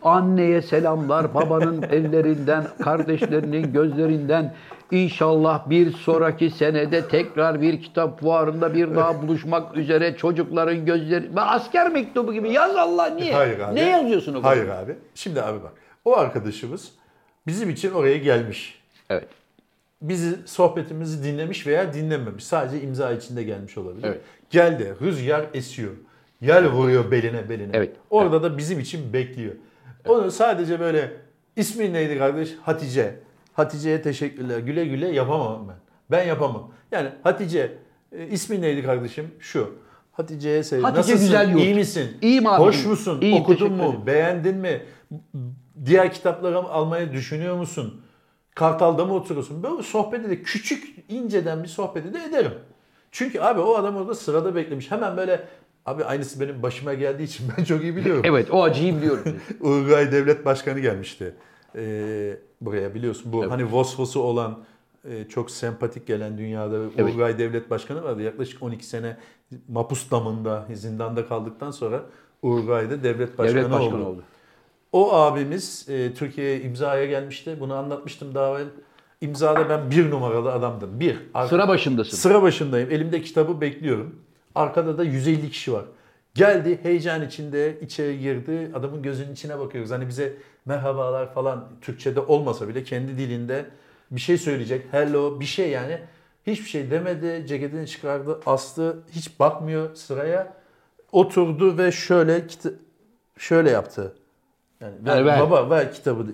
A: Anneye selamlar, babanın ellerinden, kardeşlerinin gözlerinden. İnşallah bir sonraki senede tekrar bir kitap fuarında bir daha buluşmak üzere çocukların gözleri... Ben asker mektubu gibi yaz Allah niye?
B: Hayır abi.
A: Ne yazıyorsun o kadar?
B: Hayır abi. Şimdi abi bak. O arkadaşımız bizim için oraya gelmiş.
A: Evet.
B: bizi sohbetimizi dinlemiş veya dinlememiş. Sadece imza içinde gelmiş olabilir.
A: Evet.
B: Geldi rüzgar esiyor. Yel vuruyor beline beline.
A: Evet.
B: Orada da bizim için bekliyor. Onu sadece böyle ismin neydi kardeş? Hatice. Hatice'ye teşekkürler. Güle güle yapamam ben. Ben yapamam. Yani Hatice e, ismin neydi kardeşim? Şu. Hatice'ye sevdim.
A: Hatice
B: Nasılsın?
A: güzel yurt.
B: İyi misin?
A: İyiyim abicim.
B: Hoş musun?
A: İyiyim,
B: Okudun
A: teşekkür
B: mu?
A: ederim.
B: Beğendin mi? Diğer kitapları almayı düşünüyor musun? Kartal'da mı oturuyorsun? Böyle sohbeti de küçük inceden bir sohbeti de ederim. Çünkü abi o adam orada sırada beklemiş. Hemen böyle abi aynısı benim başıma geldiği için ben çok iyi biliyorum.
A: Evet o acıyı biliyorum.
B: Uruguay Devlet Başkanı gelmişti. Ee, buraya biliyorsun bu hani Vosvos'u olan e, çok sempatik gelen dünyada Uruguay Devlet Başkanı vardı. Yaklaşık 12 sene Mapus damında zindanda kaldıktan sonra Uruguay'da devlet başkanı,
A: Devlet başkanı
B: oldu.
A: oldu.
B: O abimiz e, Türkiye'ye imzaya gelmişti. Bunu anlatmıştım daha evvel. İmzada ben bir numaralı adamdım. Bir. Ar-
A: Sıra başındasın.
B: Sıra başındayım. Elimde kitabı bekliyorum. Arkada da 150 kişi var. Geldi heyecan içinde içeri girdi. Adamın gözünün içine bakıyoruz. Hani bize merhabalar falan Türkçe'de olmasa bile kendi dilinde bir şey söyleyecek. Hello bir şey yani. Hiçbir şey demedi. Ceketini çıkardı. Astı. Hiç bakmıyor sıraya. Oturdu ve şöyle kita- şöyle yaptı. Yani ver,
A: Yani ver.
B: baba ver kitabı. de-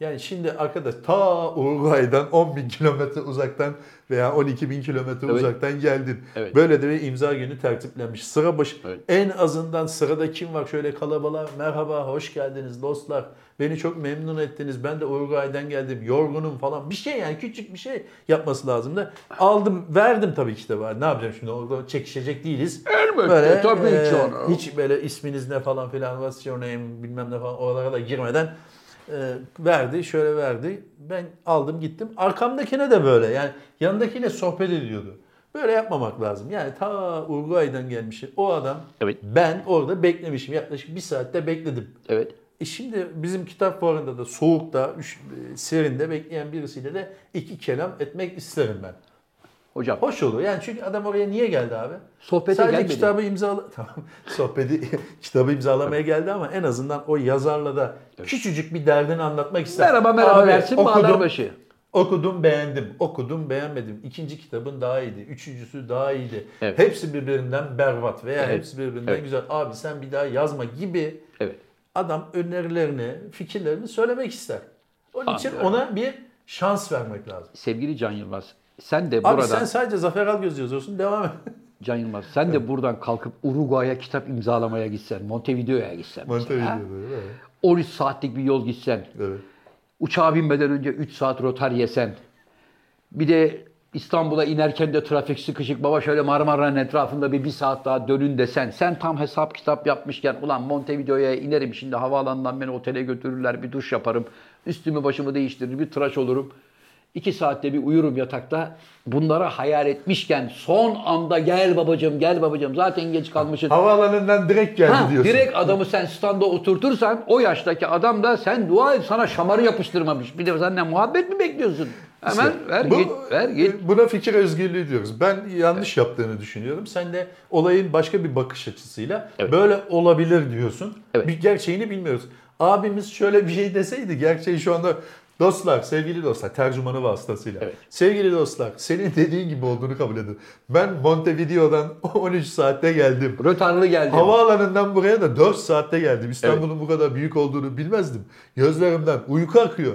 B: Yani şimdi arkadaş ta Uruguay'dan 10 bin kilometre uzaktan veya 12 bin kilometre
A: Evet.
B: uzaktan geldin.
A: Evet.
B: Böyle de bir imza günü tertiplenmiş. Sıra başı
A: Evet.
B: en azından sırada kim var şöyle kalabalığa merhaba hoş geldiniz dostlar. Beni çok memnun ettiniz. Ben de Uruguay'dan geldim. Yorgunum falan. Bir şey yani küçük bir şey yapması lazım da. Aldım verdim tabii kitabı. Ne yapacağım şimdi orada çekişecek değiliz. e,
A: Elbette, tabii ki onu.
B: Hiç böyle isminiz ne falan filan what's your name bilmem ne falan oralara da girmeden e, verdi, şöyle verdi. Ben aldım gittim. Arkamdakine de böyle. Yani yanındakiyle sohbet ediyordu. Böyle yapmamak lazım. Yani ta Uruguay'dan gelmiş o adam.
A: Evet.
B: Ben orada beklemişim. Yaklaşık bir saatte bekledim.
A: Evet.
B: E şimdi bizim kitap fuarında da soğukta, üş- e, serinde bekleyen birisiyle de iki kelam etmek isterim ben.
A: Hocam
B: Hoş olur. Yani çünkü adam oraya niye geldi abi?
A: Sohbete
B: Sadece
A: gelmedi.
B: kitabı imzala tamam. Sohbeti kitabı imzalamaya geldi ama en azından o yazarla da küçücük bir derdini anlatmak ister.
A: merhaba merhaba
B: Abi,
A: versin bağlar başı.
B: Okudum beğendim. Okudum beğenmedim. İkinci kitabın daha iyiydi. Üçüncüsü daha iyiydi.
A: Evet.
B: Hepsi birbirinden berbat veya
A: Evet.
B: hepsi birbirinden
A: Evet.
B: güzel. Abi sen bir daha yazma gibi
A: Evet.
B: adam önerilerini, fikirlerini söylemek ister. Onun için
A: Anlıyorum.
B: ona bir şans vermek lazım.
A: Sevgili Can Yılmaz sen de
B: Abi
A: buradan
B: sen sadece Zafer Algöz yazıyorsun. Devam et.
A: Can Yılmaz sen de buradan kalkıp Uruguay'a kitap imzalamaya gitsen, Montevideo'ya gitsen. mesela,
B: Montevideo'da, değil mi?
A: 13 saatlik bir yol gitsen.
B: Evet.
A: Uçağa binmeden önce 3 saat rotar yesen. Bir de İstanbul'a inerken de trafik sıkışık baba şöyle Marmara'nın etrafında bir, bir saat daha dönün desen. Sen tam hesap kitap yapmışken ulan Montevideo'ya inerim şimdi havaalanından beni otele götürürler bir duş yaparım. Üstümü başımı değiştirir bir tıraş olurum. İki saatte bir uyurum yatakta. Bunlara hayal etmişken son anda gel babacığım gel babacığım zaten geç kalmışız.
B: Havaalanından direkt geldi
A: Ha,
B: diyorsun.
A: direkt adamı sen standa oturtursan o yaştaki adam da sen dua et sana şamarı yapıştırmamış. Bir de senden muhabbet mi bekliyorsun? Hemen ver
B: Bu- e,
A: git ver git.
B: Buna fikir özgürlüğü diyoruz. Ben yanlış yaptığını düşünüyorum. Sen de olayın başka bir bakış açısıyla böyle olabilir diyorsun.
A: Evet.
B: Bir gerçeğini bilmiyoruz. Abimiz şöyle bir şey deseydi gerçeği şu anda Dostlar, sevgili dostlar, tercümanı vasıtasıyla.
A: Evet.
B: Sevgili dostlar, senin dediğin gibi olduğunu kabul edin. Ben Montevideo'dan 13 saatte geldim.
A: Rötarlı geldi.
B: Havaalanından buraya da 4 saatte geldim. İstanbul'un bu kadar büyük olduğunu bilmezdim. Gözlerimden uyku akıyor.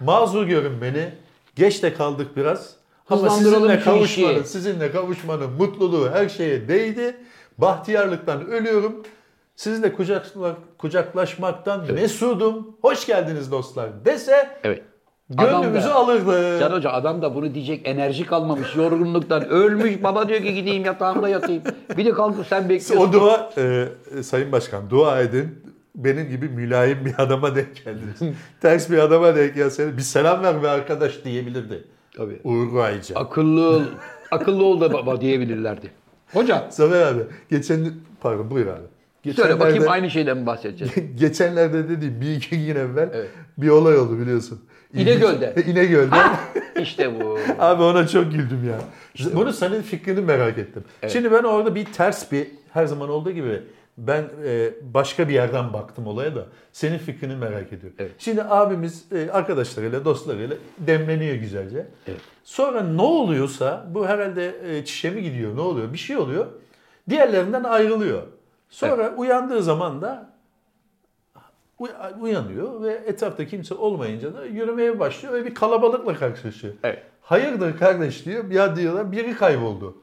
B: Mazur görün beni. Geç de kaldık biraz. Ama
A: Hızlandıralım
B: sizinle
A: şu
B: kavuşmanın,
A: işi.
B: sizinle kavuşmanın mutluluğu her şeye değdi. Bahtiyarlıktan ölüyorum. Sizinle kucakla, kucaklaşmaktan mesudum. Hoş geldiniz dostlar dese
A: Evet.
B: gönlümüzü
A: Adam da-
B: alırdı.
A: Can Hoca adam da bunu diyecek enerji kalmamış yorgunluktan ölmüş. Baba diyor ki gideyim yatağımda yatayım. Bir de kalkıp sen bekliyorsun.
B: O dua, e, e, Sayın Başkan dua edin. Benim gibi mülayim bir adama denk geldiniz. Ters bir adama denk gelseniz bir selam ver be arkadaş diyebilirdi.
A: Tabii.
B: Uruguayca.
A: Akıllı ol. Akıllı ol da baba diyebilirlerdi. Hocam
B: Zafer abi, geçen... Pardon buyur abi.
A: söyle bakayım
B: Geçenlerde-
A: aynı şeyden mi bahsedeceğiz?
B: Geçenlerde dediğim bir iki gün evvel
A: Evet.
B: bir olay oldu biliyorsun.
A: İnegöl'de.
B: İnegöl'de.
A: İşte bu.
B: Abi ona çok güldüm ya. Bunu senin fikrini merak ettim. Şimdi ben orada bir ters bir her zaman olduğu gibi ben e, başka bir yerden baktım olaya da senin fikrini merak ediyorum.
A: Evet.
B: Şimdi abimiz e, arkadaşlarıyla dostlarıyla demleniyor güzelce. Sonra ne oluyorsa bu herhalde e, çişe mi gidiyor ne oluyor bir şey oluyor. Diğerlerinden ayrılıyor. Sonra uyandığı zaman da uy- uyanıyor ve etrafta kimse olmayınca da yürümeye başlıyor ve bir kalabalıkla karşılaşıyor.
A: Evet.
B: Hayırdır kardeş diyor. Ya diyorlar biri kayboldu.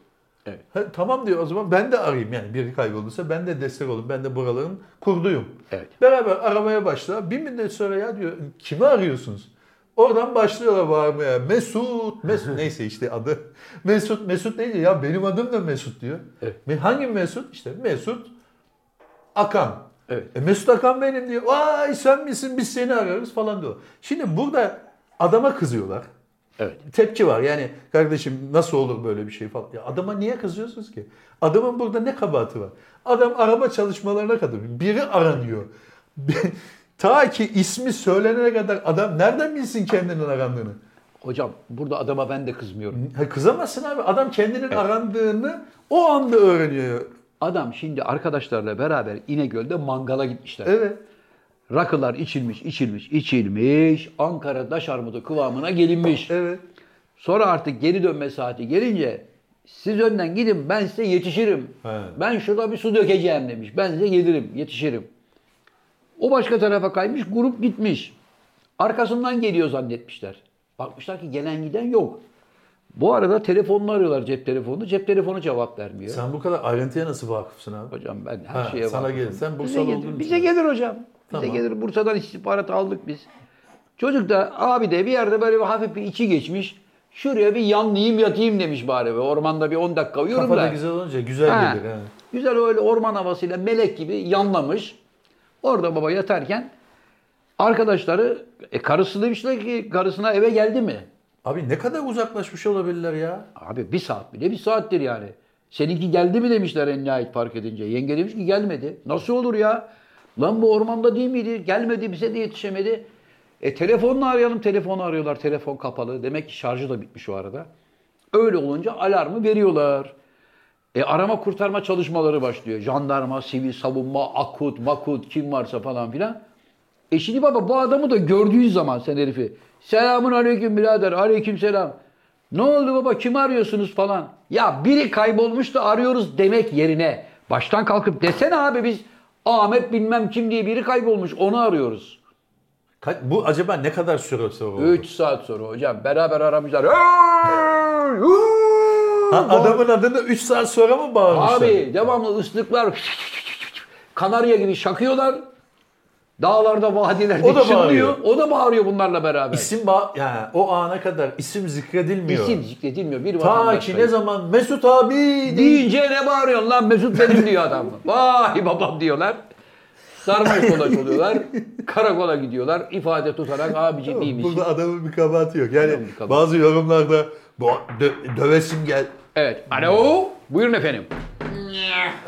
A: Evet.
B: Ha, tamam diyor o zaman ben de arayayım yani biri kaybolduysa ben de destek olayım. Ben de buraların kurduyum.
A: Evet.
B: Beraber aramaya başla. Bir müddet sonra ya diyor kimi arıyorsunuz? Oradan başlıyorlar bağırmaya. Mesut, Mesut neyse işte adı. Mesut, Mesut neydi? Ya benim adım da Mesut diyor. "Me- Hangi Mesut? İşte Mesut Akan.
A: Evet.
B: E, Mesut Akan benim diyor. Vay sen misin biz seni arıyoruz falan diyor. Şimdi burada adama kızıyorlar.
A: Evet.
B: Tepki var yani kardeşim nasıl olur böyle bir şey falan. Ya adama niye kızıyorsunuz ki? Adamın burada ne kabahati var? Adam araba çalışmalarına kadar biri aranıyor. Ta ki ismi söylenene kadar adam nereden bilsin kendinin arandığını?
A: Hocam burada adama ben de kızmıyorum.
B: Ha, kızamazsın abi. Adam kendinin arandığını o anda öğreniyor.
A: Adam şimdi arkadaşlarla beraber İnegöl'de mangala gitmişler.
B: Evet.
A: Rakılar içilmiş, içilmiş, içilmiş. Ankara daş armudu kıvamına gelinmiş.
B: Evet.
A: Sonra artık geri dönme saati gelince siz önden gidin ben size yetişirim.
B: He.
A: Ben şurada bir su dökeceğim demiş. Ben size gelirim, yetişirim. O başka tarafa kaymış, grup gitmiş. Arkasından geliyor zannetmişler. Bakmışlar ki gelen giden yok. Bu arada telefonunu arıyorlar cep telefonunu. Cep telefonu cevap vermiyor.
B: Sen bu kadar ayrıntıya nasıl vakıfsın abi?
A: Hocam ben her
B: Ha,
A: şeye
B: sana
A: vakıfım.
B: gelir. Sen
A: Bize
B: Bursalı
A: gelir,
B: olduğun
A: bize
B: için.
A: gelir hocam. Bize
B: Tamam.
A: gelir. Bursa'dan istihbarat aldık biz. Çocuk da abi de bir yerde böyle bir hafif bir içi geçmiş. Şuraya bir yanlayayım yatayım demiş bari. Ve ormanda bir 10 dakika uyurum
B: Kafada
A: da.
B: güzel olunca güzel
A: Ha.
B: gelir. Ha.
A: Güzel öyle orman havasıyla melek gibi yanlamış. Orada baba yatarken arkadaşları e, karısı demişler ki karısına eve geldi mi?
B: Abi ne kadar uzaklaşmış olabilirler ya?
A: Abi bir saat bile bir saattir yani. Seninki geldi mi demişler en nihayet fark edince. Yenge demiş ki gelmedi. Nasıl olur ya? Lan bu ormanda değil miydi? Gelmedi bize de yetişemedi. E telefonla arayalım. Telefonu arıyorlar. Telefon kapalı. Demek ki şarjı da bitmiş o arada. Öyle olunca alarmı veriyorlar. E arama kurtarma çalışmaları başlıyor. Jandarma, sivil savunma, akut, makut kim varsa falan filan. E şimdi baba bu adamı da gördüğün zaman sen herifi. Selamun aleyküm birader. Aleyküm selam. Ne oldu baba kim arıyorsunuz falan. Ya biri kaybolmuş da arıyoruz demek yerine. Baştan kalkıp desene abi biz Ahmet bilmem kim diye biri kaybolmuş onu arıyoruz.
B: Ka- Bu acaba ne kadar süre sonra oldu?
A: 3 saat sonra hocam beraber aramışlar. Hey! Hey!
B: Ha, adamın adını 3 saat sonra mı bağırmışlar?
A: Abi devamlı ıslıklar kanarya gibi şakıyorlar. Dağlarda, vadilerde
B: O da
A: çınlıyor.
B: bağırıyor.
A: O da bağırıyor bunlarla beraber.
B: İsim ba- yani o ana kadar isim zikredilmiyor.
A: İsim zikredilmiyor. Bir
B: Ta
A: vatandaş
B: ki ne
A: sayısı.
B: zaman Mesut abi değil.
A: Deyince ne bağırıyorsun lan Mesut benim diyor adam. Vay babam diyorlar. Sarmaş dolaş oluyorlar. Karakola gidiyorlar. İfade tutarak abici değil misin?
B: Burada adamın bir kabahati yok. Yani
A: Adamın bir kabahati.
B: bazı yorumlarda bu dö- dövesim gel.
A: Evet. Alo. Buyurun efendim.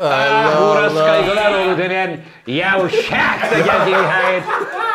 A: Ah,
B: Allah
A: Uğraz
B: Allah.
A: Kaygılaroğlu denen yavşak da geldi nihayet.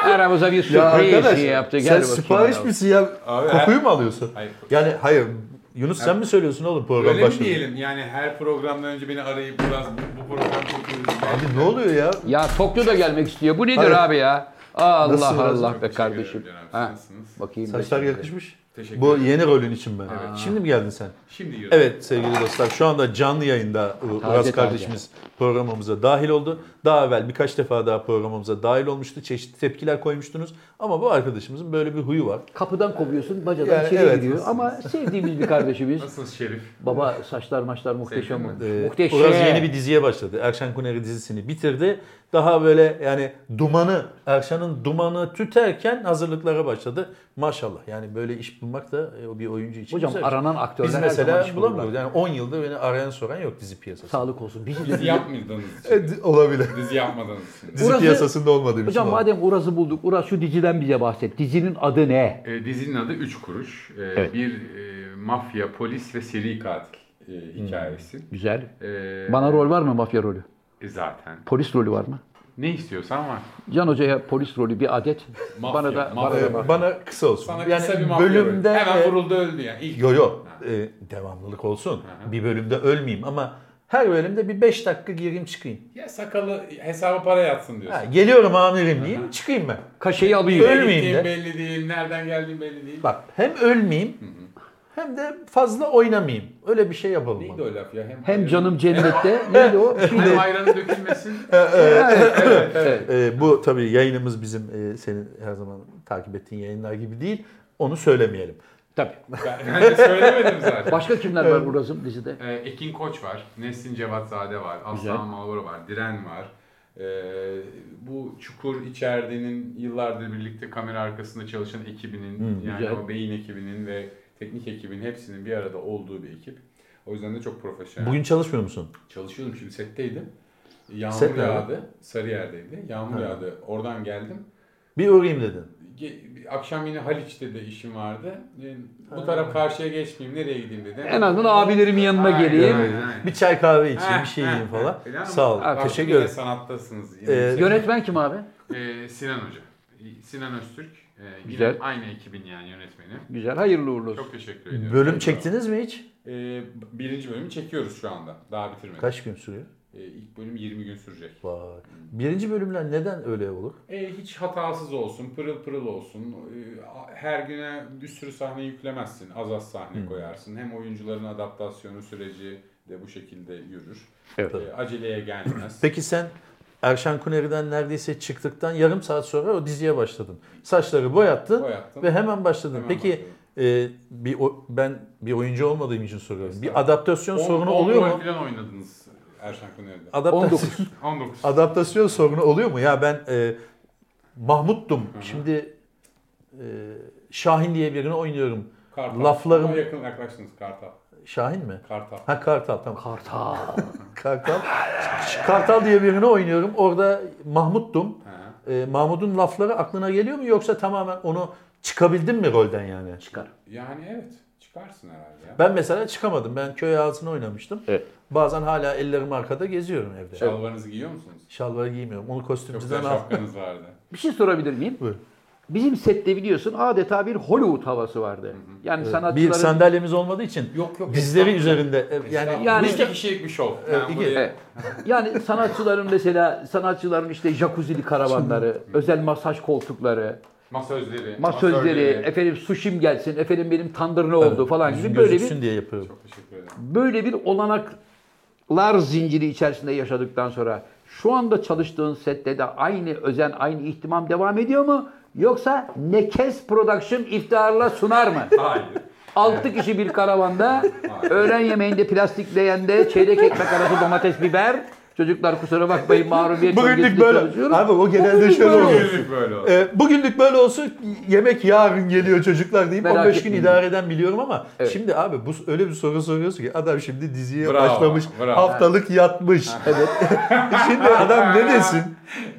A: Aramıza bir
B: Ya
A: sürpriz şey
B: arkadaş
A: yaptı. Gel
B: sen
A: bakayım
B: sipariş
A: ya.
B: misin ya?
E: Abi,
B: Kokuyu
E: her-
B: mu alıyorsun?
E: Hayır.
B: Yani hayır. Yunus sen mi söylüyorsun oğlum program
E: Öyle mi
B: başında?
E: diyelim? Yani her programdan önce beni arayıp biraz bu, bu program çok iyi.
B: Abi ne oluyor ya?
A: Ya Tokyo da gelmek istiyor. Bu nedir
B: Hayır.
A: abi ya? Allah
B: Nasıl biraz
A: Allah
E: çok
A: ah be
E: teşekkür
A: kardeşim.
E: ederim canım.
A: Ha,
E: Nasılsınız?
A: bakayım.
B: Saçlar yakışmış.
E: Teşekkür
B: Bu
E: ederim.
B: yeni rolün için ben. Şimdi mi geldin sen?
E: Şimdi yiyorum.
B: Evet sevgili dostlar şu anda canlı yayında ıı, Uras
A: taze.
B: kardeşimiz programımıza dahil oldu. Daha evvel birkaç defa daha programımıza dahil olmuştu. Çeşitli tepkiler koymuştunuz. Ama bu arkadaşımızın böyle bir huyu var.
A: Kapıdan kovuyorsun, bacadan
B: Yani
A: içeri
B: evet.
A: giriyor. Ama sevdiğimiz bir kardeşimiz.
E: Nasılsın Şerif?
A: Baba saçlar maçlar muhteşem
E: Sevdin mi?
A: oldu.
B: Ee,
A: Muhteşem.
B: Uras yeni bir diziye başladı. Erşen Kuneri dizisini bitirdi. Daha böyle yani dumanı, Erşen'in dumanı tüterken hazırlıklara başladı. Maşallah yani böyle iş bulmak da e, bir oyuncu için
A: Hocam
B: güzel.
A: aranan aktörler
B: Biz
A: her
B: mesela
A: zaman iş bulurlar.
B: bulamıyoruz. Yani 10 yıldır beni arayan soran yok dizi piyasası.
A: Sağlık olsun. Bizi
E: Dizi yapmadığınız için.
B: Evet, olabilir.
E: Dizi yapmadığınız için.
B: Dizi
A: Burası-
B: piyasasında olmadığım
A: Hocam
B: için. olabilir.
A: madem Uraz'ı bulduk, Uraz şu diziden bize bahset. Dizinin adı ne?
E: E, dizinin adı Üç Kuruş. E, Bir e, mafya, polis ve seri katil e, hikayesi.
A: Güzel.
E: E,
A: Hmm. Bana rol var mı mafya rolü?
E: e, zaten.
A: Polis rolü var mı?
E: Ne istiyorsan var.
A: Can Hoca'ya polis rolü bir adet.
E: Mafya,
A: bana da
E: mafya.
A: bana da-
B: Ee, bana kısa olsun.
E: Sana
B: yani
E: kısa bir mafya
B: bölümde
E: rolü. Hemen
B: e,
E: vuruldu öldü yani. İlk
B: yo yo e, devamlılık olsun. Bir bölümde ölmeyeyim ama her bölümde bir 5 dakika gireyim çıkayım.
E: Ya sakalı hesaba para yatsın diyorsun.
B: Ha, geliyorum amirim diyeyim çıkayım ben.
A: Kaşeyi alıyor.
B: Öyle-
E: Nereye
B: ölmeyeyim
E: gittiğim
B: de.
E: belli değil, nereden geldiğim belli değil.
B: Bak hem ölmeyeyim hem de fazla oynamayayım. Öyle bir şey yapalım.
E: Neydi o laf ya? Hem,
A: Hem
E: ayranın-
A: canım cennette. Neydi o?
E: Hem ayranın dökülmesin.
B: Ee, bu tabii yayınımız bizim e, senin her zaman takip ettiğin yayınlar gibi değil. Onu söylemeyelim.
A: Tabii.
E: ben, ben de söylemedim zaten.
A: Başka kimler var Uraz'ın dizide?
E: Ee, Ekin Koç var, Nesin Cevatzade var, Aslan Malvaro var, Diren var. Ee, bu Çukur içeridenin yıllardır birlikte kamera arkasında çalışan ekibinin, yani
A: güzel.
E: o beyin ekibinin ve teknik ekibin hepsinin bir arada olduğu bir ekip. O yüzden de çok profesyonel.
B: Bugün çalışmıyor musun?
E: Çalışıyordum çünkü setteydim. Yağmur
B: Set nerede?
E: yağdı, Sarıyer'deydi. Yağmur yağdı, oradan geldim.
B: Bir uğrayayım dedin.
E: Ge- bir Akşam yine Haliç'te de işim vardı. Ee, Bu taraf karşıya geçmeyeyim, nereye gideyim dedim.
A: En azından abilerimin yanına
E: Aynen,
A: geleyim.
E: aynen.
B: Bir çay kahve içeyim,
E: Ha,
B: bir şey
E: ha,
B: yiyeyim
E: ha.
B: falan.
E: Helal
B: Sağ ol.
E: olsun. Bak,
B: Teşekkür
E: yine E,
B: ederim.
E: sanattasınız.
B: Ee,
E: Yine
A: Yönetmen kim abi?
E: Ee, Sinan Hoca. Sinan Öztürk. Ee, yine
A: Güzel.
E: Aynı ekibin yani yönetmeni.
A: Güzel hayırlı uğurlu olsun.
E: Çok teşekkür ediyorum.
B: Bölüm
E: Çok
B: çektiniz mi hiç?
E: sağ olun. Ee, birinci bölümü çekiyoruz şu anda. Daha bitirmedik.
B: Kaç gün sürüyor?
E: Ee, ilk bölüm 20 gün sürecek.
B: Vay. Birinci bölümler neden öyle olur?
E: E, hiç hatasız olsun, pırıl pırıl olsun. E, a- her güne bir sürü sahne yüklemezsin. Az az sahne
B: Hmm.
E: koyarsın. Hem oyuncuların adaptasyonu süreci de bu şekilde yürür.
A: Evet.
E: E, aceleye gelmez.
B: Peki sen Erşan Kuneri'den neredeyse çıktıktan yarım saat sonra o diziye başladın. Saçları boyattın
E: Boyattım.
B: ve hemen başladın.
E: Hemen
B: Peki
E: başladım.
B: e, bir o- ben bir oyuncu olmadığım için soruyorum. Bir
E: Estağfurullah.
B: adaptasyon
E: On-
B: sorunu
E: on
B: oluyor
E: rol
B: mu?
E: falan oynadınız Erşan Kuner'de.
B: Adaptasyon,
A: 19.
E: 19.
B: adaptasyon sorunu oluyor mu? Ya ben e, Mahmut'tum. Şimdi e, Şahin diye birini oynuyorum.
E: Kartal.
B: Laflarım-
E: Ama yakın yaklaştınız Kartal.
B: Şahin mi?
E: Kartal.
B: Ha Kartal tamam.
A: Kartal.
B: Kartal. Kartal diye birini oynuyorum. Orada Mahmut'tum.
E: Ha.
B: Ee, Mahmut'un lafları aklına geliyor mu yoksa tamamen onu çıkabildin mi rolden yani?
A: Çıkar.
E: Yani evet. Çıkarsın herhalde ya.
B: Ben mesela çıkamadım. Ben köy ağasını oynamıştım.
A: Evet.
B: Bazen hala ellerim arkada geziyorum evde.
E: Şalvarınızı giyiyor musunuz?
B: Şalvarı giymiyorum. Onu
E: Çok güzel
B: kostümcüden aldım.
E: şapkanız vardı.
A: Bir şey sorabilir miyim?
B: Buyur.
A: Bizim sette biliyorsun adeta bir Hollywood havası vardı. Yani sanatçıların...
B: Bir sandalyemiz olmadığı için
E: Yok, yok,
B: dizleri
E: estağfurullah.
B: üzerinde. e,
E: Yani,
B: Yani
A: Yani-
E: yani iki kişilik bir şov.
B: Evet,
E: Ben
B: iki-
E: buraya-
A: Evet. Yani sanatçıların mesela sanatçıların işte jacuzzi'li karavanları, özel masaj koltukları,
E: Masözleri.
A: masözleri,
E: masörleri.
A: efendim suşim gelsin, efendim benim tandır ne oldu falan
B: yüzün
A: gibi böyle
B: gözüksün
A: bir
B: diye yapıyorum.
E: Çok teşekkür ederim.
A: böyle bir olanaklar zinciri içerisinde yaşadıktan sonra şu anda çalıştığın sette de aynı özen, aynı ihtimam devam ediyor mu? Yoksa Nekes Production iftiharla sunar mı?
E: Hayır.
A: Altı kişi bir karavanda, öğlen yemeğinde plastik leğende, çeyrek ekmek arası domates biber. Çocuklar kusura bakmayın mağrubiyet
B: Bugünlük
A: bölgesinde
B: böyle.
A: çalışıyorum.
B: Abi o genelde
A: Bugünlük
B: şöyle
A: böyle
B: oluyor.
E: Bugünlük böyle olsun.
B: E, bugünlük böyle olsun yemek yarın geliyor çocuklar deyip
A: Merak
B: 15 gün
A: etmeyin.
B: idare eden biliyorum ama
A: Evet.
B: şimdi abi bu öyle bir soru soruyorsun ki adam şimdi diziye
E: Bravo,
B: başlamış
E: bravo.
B: haftalık yatmış. Evet. şimdi adam ne desin?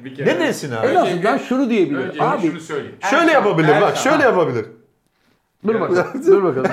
E: Bir kere.
B: Ne desin abi?
A: En azından şunu diyebilirim.
E: Önce
A: Abi
E: şunu söyleyeyim.
B: Şöyle yapabilir bak şöyle yapabilir.
A: dur bakalım. dur bakalım.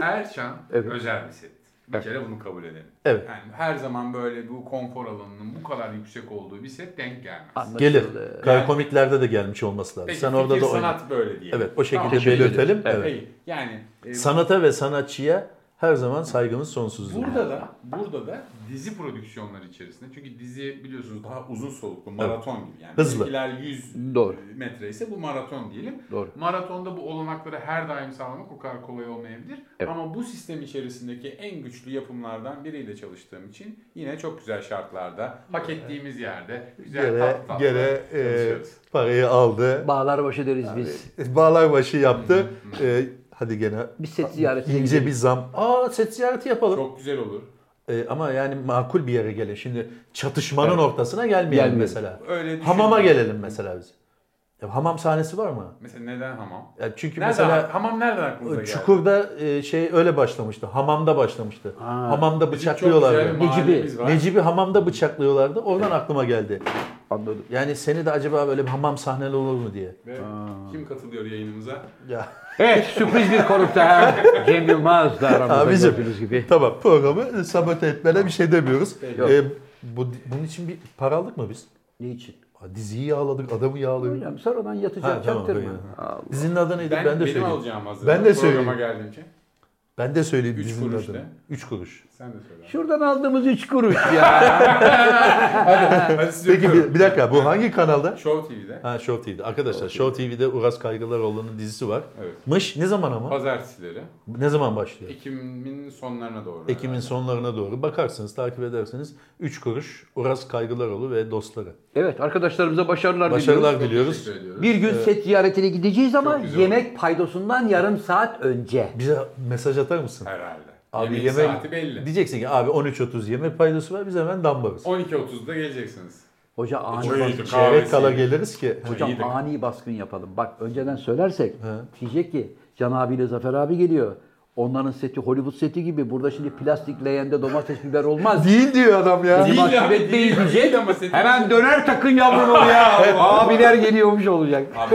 E: Erçan
A: Evet.
E: özel bir set. Bir kere bunu kabul edelim.
B: Evet.
E: Yani her zaman böyle bu konfor alanının bu kadar yüksek olduğu bir set denk gelmez.
A: Anlaşıldı.
B: Gelir. Kara komiklerde de gelmiş olması lazım.
E: Peki,
B: Sen orada
E: fikir
B: da oyna.
E: sanat böyle diye.
B: Evet o şekilde
E: Tamam.
B: belirtelim. Evet.
E: Peki, Yani e,
B: Sanata ve sanatçıya her zaman saygımız sonsuz.
E: burada da burada da dizi prodüksiyonları içerisinde çünkü dizi biliyorsunuz daha uzun soluklu maraton gibi yani
B: Hızlı.
E: bizimkiler 100
A: Doğru.
E: metre ise bu maraton diyelim.
A: Doğru.
E: Maratonda bu olanakları her daim sağlamak o kadar kolay olmayabilir.
A: Evet.
E: Ama bu sistem içerisindeki en güçlü yapımlardan biriyle çalıştığım için yine çok güzel şartlarda, hak ettiğimiz yerde güzel
B: Gere,
E: tatlı tatlı
B: gere e,
E: çalışıyoruz.
B: parayı aldı.
A: Bağlar başı deriz biz.
B: Bağlarbaşı yaptı. Ee, hadi gene
A: Bir set ziyaretine
B: ince bir zam. Aa set ziyareti yapalım.
E: Çok güzel olur.
B: Ee, ama yani makul bir yere gelin. Şimdi çatışmanın ortasına gelmeyelim
A: Gelmeyelim.
B: mesela.
E: Öyle düşün-
B: Hamama gelelim mesela biz. Ya, hamam sahnesi var mı?
E: Mesela neden hamam?
B: Ya çünkü
E: Nereden,
B: mesela
E: hamam nereden aklınıza geldi?
B: Çukur'da e, şey öyle başlamıştı. Hamamda başlamıştı. Hamamda
E: Bizim çok güzel bir
B: bıçaklıyorlardı.
E: mahallemiz var.
B: Necibi hamamda bıçaklıyorlardı. Oradan aklıma geldi.
A: Anladım.
B: Yani seni de acaba böyle bir hamam sahneli olur mu diye.
E: Ve kim katılıyor yayınımıza?
B: Ya
A: Evet sürpriz bir konukta Cem Yılmaz da aramızda
B: Abicim.
A: gördüğünüz gibi.
B: Tamam programı sabote etmene bir şey demiyoruz.
E: Peki.
B: Ee, bu, bunun için bir para aldık mı biz?
A: Niçin?
B: Aa, Diziyi yağladık, adamı yağlıyoruz.
A: Hocam sonradan yatacak
B: Ha, tamam,
A: çaktırma.
B: buyurun.
A: Allah.
B: Dizinin adı neydi? Ben,
E: Ben,
B: de
E: benim
B: söyleyeyim.
E: alacağım hazır.
B: Ben de söyleyeyim.
E: Programa geldiğim için.
B: Ben de söyleyeyim
E: Üç
B: dizinin
E: kuruş
B: adını.
E: ne?
B: 3 kuruş.
E: Sen de söyle.
A: Şuradan aldığımız üç kuruş ya.
E: Hadi sizi
B: Peki
E: öpüyorum.
B: bir, bir dakika bu hangi kanalda?
E: Show TV'de.
B: Ha Show TV'de. Arkadaşlar Show TV'de Uras Kaygılaroğlu'nun dizisi var.
E: Evet.
B: Mış ne zaman ama?
E: Pazartesileri.
B: Ne zaman başlıyor?
E: Ekim'in sonlarına doğru.
B: Ekim'in sonlarına doğru bakarsınız, takip ederseniz 3 kuruş Uras Kaygılaroğlu ve dostları.
A: evet arkadaşlarımıza başarılar, diliyoruz.
B: Başarılar
E: Çok
B: diliyoruz.
E: teşekkür ediyoruz.
A: Bir gün set ziyaretine gideceğiz ama
E: Çok güzel
A: yemek paydosundan yarım saat önce.
B: Bize mesaj atar mısın?
E: Herhalde.
B: Abi
E: Yemek
B: yemek-
E: saati belli.
B: Diyeceksin ki abi 13.30 yemek paydosu var biz hemen damlarız.
E: 12.30'da geleceksiniz.
A: Hoca ani
E: Çok
A: baskın.
E: iyiydi.
B: Çeyrek
E: Kahvesi.
B: kala geliriz ki.
A: Hocam
E: iyiydi.
A: ani baskın yapalım. Bak önceden söylersek diyecek ki Can abiyle Zafer abi geliyor. Onların seti Hollywood seti gibi. Burada şimdi plastik leğende domates biber olmaz.
B: Değil diyor adam ya.
A: Bizi
E: Değil abi,
A: mahcup etmeyin
E: değil,
A: diyecek.
E: değil ama senin-
A: Hemen döner takın yavrum oraya. Abiler geliyormuş olacak.
E: Abi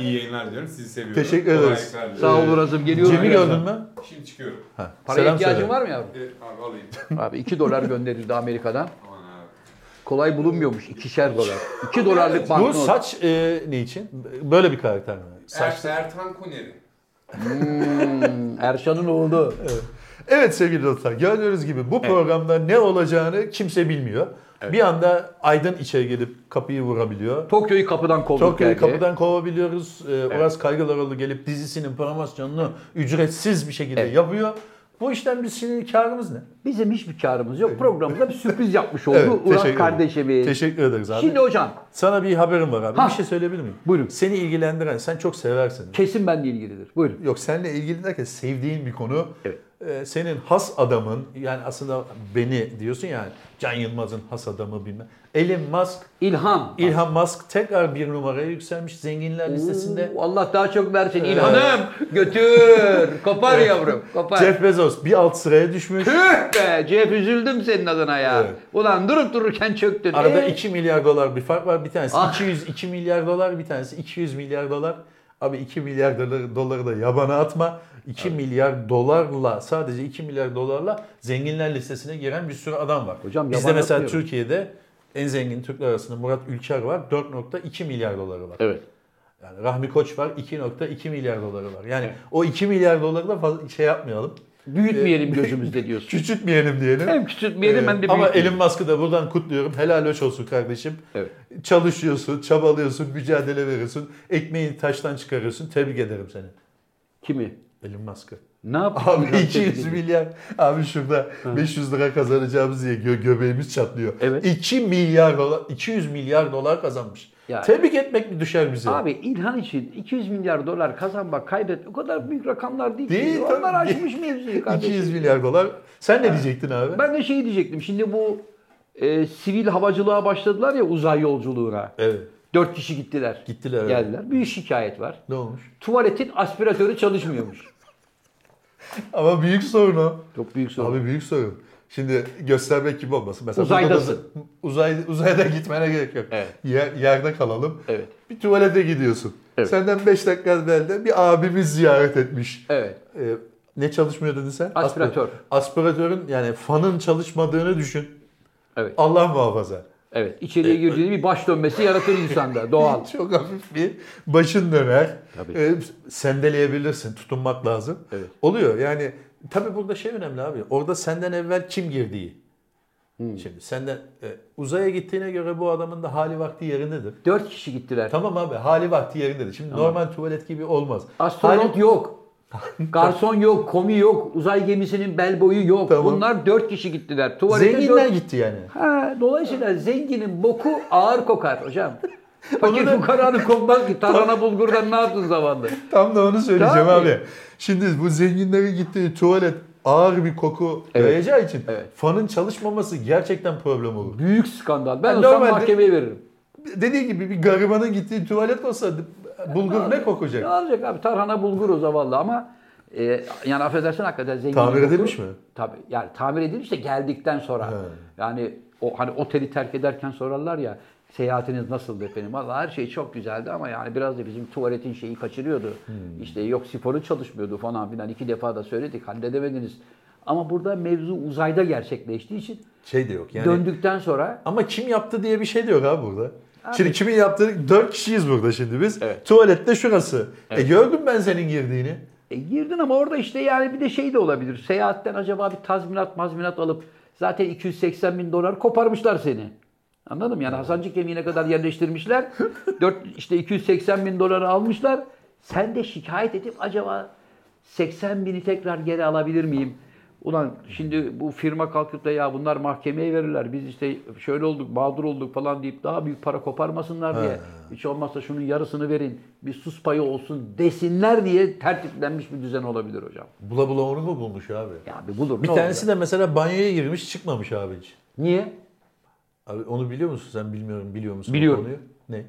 E: iyi yayınlar diliyorum. Sizi seviyorum.
B: Teşekkür ederiz.
E: Kolaylıklar diliyorum.
A: Sağ ol Uraz'ım geliyorum.
B: Cem'i gördün mü?
E: Şimdi çıkıyorum.
B: Ha,
A: Paraya
B: selam
A: ihtiyacın
B: söyle.
A: var mı yavrum?
E: E, abi alayım.
A: Abi 2 dolar gönderildi Amerika'dan.
E: Aman abi.
A: Kolay bulunmuyormuş. ikişer dolar. 2 dolarlık
B: Bu
A: banknot.
B: saç e, ne için? Böyle bir karakter mi?
E: Er,
B: Saçlı-
E: Ertan Kuneri.
A: Erşan'ın oğlu.
B: Evet sevgili dostlar gördüğünüz gibi bu programda ne olacağını kimse bilmiyor. Bir anda Aydın içeri gelip kapıyı vurabiliyor.
A: Tokyo'yu kapıdan kovduk
B: Tokyo'yu
A: belki.
B: kapıdan kovabiliyoruz. Ee, Uras Kaygılaroğlu gelip dizisinin promosyonunu ücretsiz bir şekilde yapıyor. Bu işten biz şimdi karımız ne?
A: Bizim hiçbir karımız yok. Programımıza bir sürpriz yapmış oldu Uras
B: teşekkür
A: kardeşimiz.
B: ederim. Teşekkür ederiz abi.
A: Şimdi hocam
B: Sana bir haberim var abi.
A: Ha.
B: Bir şey söyleyebilir miyim?
A: Buyurun.
B: Seni ilgilendiren, sen çok seversin.
A: kesin benimle ilgilidir. Buyurun.
B: Yok seninle ilgili derken sevdiğin bir konu.
A: Evet.
B: Ee, senin has adamın yani aslında beni diyorsun yani Can Yılmaz'ın has adamı bilmem. Elon Musk,
A: İlhan.
B: Elon Musk tekrar bir numaraya yükselmiş zenginler listesinde.
A: Oo, Allah daha çok versin İlhan'ım. Götür. Kopar yavrum. Kopar.
B: Jeff Bezos bir alt sıraya düşmüş.
A: Tüh be Jeff üzüldüm senin adına ya.
B: Evet.
A: Ulan durup dururken çöktün.
B: Arada
A: Ee,
B: 2 milyar dolar bir fark var. Bir tanesi
A: Ah.
B: 202 milyar dolar, bir tanesi 200 milyar dolar. Abi 2 milyar doları, doları da yabana atma. 2 milyar dolarla sadece 2 milyar dolarla zenginler listesine giren bir sürü adam var.
A: Hocam
B: Bizde
A: yabana
B: mesela
A: atmıyorum.
B: Türkiye'de en zengin Türkler arasında Murat Ülker var. 4.2 milyar doları var.
A: Evet.
B: Yani Rahmi Koç var 2.2 milyar doları var. Yani o 2 milyar doları da fazla şey yapmayalım. Ee,
A: Büyütmeyelim gözümüzde diyorsun.
B: Küçültmeyelim diyelim.
A: Hem küçültmeyelim
B: Ee,
A: hem de
B: Ama
A: büyütmeyelim.
B: Elon Musk'ı da buradan kutluyorum. Helal hoş olsun kardeşim.
A: Evet.
B: Çalışıyorsun, çabalıyorsun, mücadele veriyorsun. Ekmeği taştan çıkarıyorsun. Tebrik ederim seni.
A: Kimi?
B: Elon Musk'ı.
A: Ne yaptın?
B: Abi
A: Biraz
B: 200
A: tebrik
B: milyar. Abi şurada 500 lira kazanacağımız diye gö- göbeğimiz çatlıyor.
A: Evet.
B: 2 milyar dolar, 200 milyar dolar kazanmış.
A: Ya.
B: Tebrik etmek mi düşer bize?
A: Abi İlhan için 200 milyar dolar kazanmak, kaybet o kadar büyük rakamlar değil,
B: Değil,
A: ki.
B: tabii.
A: Onlar aşmış mevzuyu kardeşim.
B: 200 milyar dolar. Sen ne diyecektin abi?
A: Ben de şey diyecektim. Şimdi bu e, sivil havacılığa başladılar ya uzay yolculuğuna.
B: Evet.
A: Dört kişi gittiler.
B: Gittiler, evet.
A: Geldiler. Bir şikayet var.
B: Ne olmuş?
A: Tuvaletin aspiratörü çalışmıyormuş.
B: Ama büyük sorun o.
A: Çok büyük sorun.
B: Abi büyük sorun. Şimdi göstermek gibi olmasın. Mesela burada da-
A: Uzaydasın.
B: uzay, uzayda gitmene gerek yok.
A: Evet.
B: Yer- yerde kalalım.
A: Evet.
B: Bir tuvalete gidiyorsun.
A: Evet.
B: Senden 5 dakika evvel de bir abimiz ziyaret etmiş.
A: Evet.
B: Ee, ne çalışmıyor dedin sen?
A: Aspiratör.
B: Aspiratörün yani fanın çalışmadığını düşün.
A: Evet.
B: Allah muhafaza.
A: Evet. İçeriye
B: E,
A: girdiğinde bir baş dönmesi yaratır insanda. Doğal.
B: Çok hafif bir başın döner.
A: Tabii.
B: Ee, sendeleyebilirsin. Tutunmak lazım.
A: Evet.
B: Oluyor yani. Tabii burada şey önemli abi. Orada senden evvel kim girdiği. Şimdi senden e, uzaya gittiğine göre bu adamın da hali vakti yerindedir.
A: Dört kişi gittiler.
B: Tamam abi hali vakti yerindedir. Şimdi normal tuvalet gibi olmaz.
A: Astronot
B: Hali-
A: yok. Garson yok, komi yok, uzay gemisinin bel boyu yok.
B: Tamam.
A: Bunlar dört kişi gittiler. Tuvalete
B: Zenginler
A: dört-
B: gitti yani.
A: Ha, dolayısıyla zenginin boku ağır kokar hocam. Fakir
B: da-
A: fukaranın kokmaz ki. Tarhana bulgurdan ne yaptın zamanında?
B: Tam da onu söyleyeceğim
A: Tabii.
B: abi. Şimdi bu zenginlerin gittiği tuvalet ağır bir koku
A: Evet.
B: yayacağı için
A: Evet.
B: fanın çalışmaması gerçekten problem olur.
A: Büyük skandal. Ben
B: Ha,
A: olsam
B: normalde-
A: mahkemeye veririm.
B: Dediği gibi bir garibanın gittiği tuvalet olsa bulgur ne kokacak?
A: Ne olacak abi? Tarhana bulgur o zavallı ama e, yani affedersin hakikaten zengin.
B: Tamir
A: boku-
B: edilmiş mi?
A: Tabii. Yani tamir edilmiş de geldikten sonra. Yani o hani oteli terk ederken sorarlar ya seyahatiniz nasıldı efendim? Valla her şey çok güzeldi ama yani biraz da bizim tuvaletin şeyi kaçırıyordu.
B: Hmm.
A: İşte yok sifonu çalışmıyordu falan filan. iki defa da söyledik halledemediniz. Ama burada mevzu uzayda gerçekleştiği için
B: Şey de yok yani.
A: döndükten sonra
B: Ama kim yaptı diye bir şey de yok abi burada. Şimdi kimin yaptığı? Dört kişiyiz burada şimdi biz.
A: Evet.
B: Tuvalette şurası. E gördüm ben senin girdiğini.
A: E, girdin ama orada işte yani bir de şey de olabilir. Seyahatten acaba bir tazminat mazminat alıp zaten 280 bin dolar koparmışlar seni. Anladın mı? Yani Hasancı kemiğine kadar yerleştirmişler. 4, işte 280 bin doları almışlar. Sen de şikayet edip acaba 80 bini tekrar geri alabilir miyim? Ulan şimdi bu firma kalkıp da ya bunlar mahkemeye verirler. Biz işte şöyle olduk mağdur olduk falan deyip daha büyük para koparmasınlar diye. Hiç olmazsa şunun yarısını verin. Bir sus payı olsun desinler diye tertiplenmiş bir düzen olabilir hocam.
B: Bula bula onu mu bulmuş abi?
A: Ya bir bulur.
B: Bir
A: ne
B: tanesi
A: olacak?
B: de mesela banyoya girmiş çıkmamış abi hiç.
A: Niye?
B: Abi onu biliyor musun sen? Bilmiyorum biliyor musun bu
A: Biliyorum.
B: konuyu? Ne?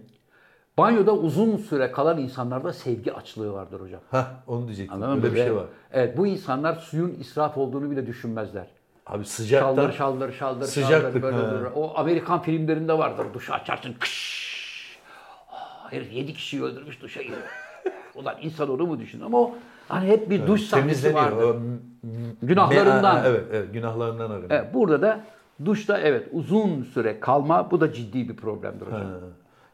A: Banyoda uzun süre kalan insanlarda sevgi açlığı vardır hocam.
B: Hah onu diyecektim.
A: Anladın mı?
B: Böyle bir
A: Ve-
B: şey var.
A: Evet bu insanlar suyun israf olduğunu bile düşünmezler.
B: Abi
A: Şaldır
B: sıcaktan
A: şaldır şaldır
B: Sıcaklık,
A: şaldır böyle
B: ha.
A: durur. O Amerikan filmlerinde vardır. Duşu açarsın kış. Aa, herif yedi kişiyi öldürmüş duşa giriyor. Ulan insan onu mu düşün? Ama o hani hep bir duş sahnesi
B: temizleniyor.
A: vardır.
B: O m-
A: Günahlarından.
B: me- evet, evet günahlarından arınıyor.
A: Evet, burada da duşta evet uzun süre kalma bu da ciddi bir problemdir hocam.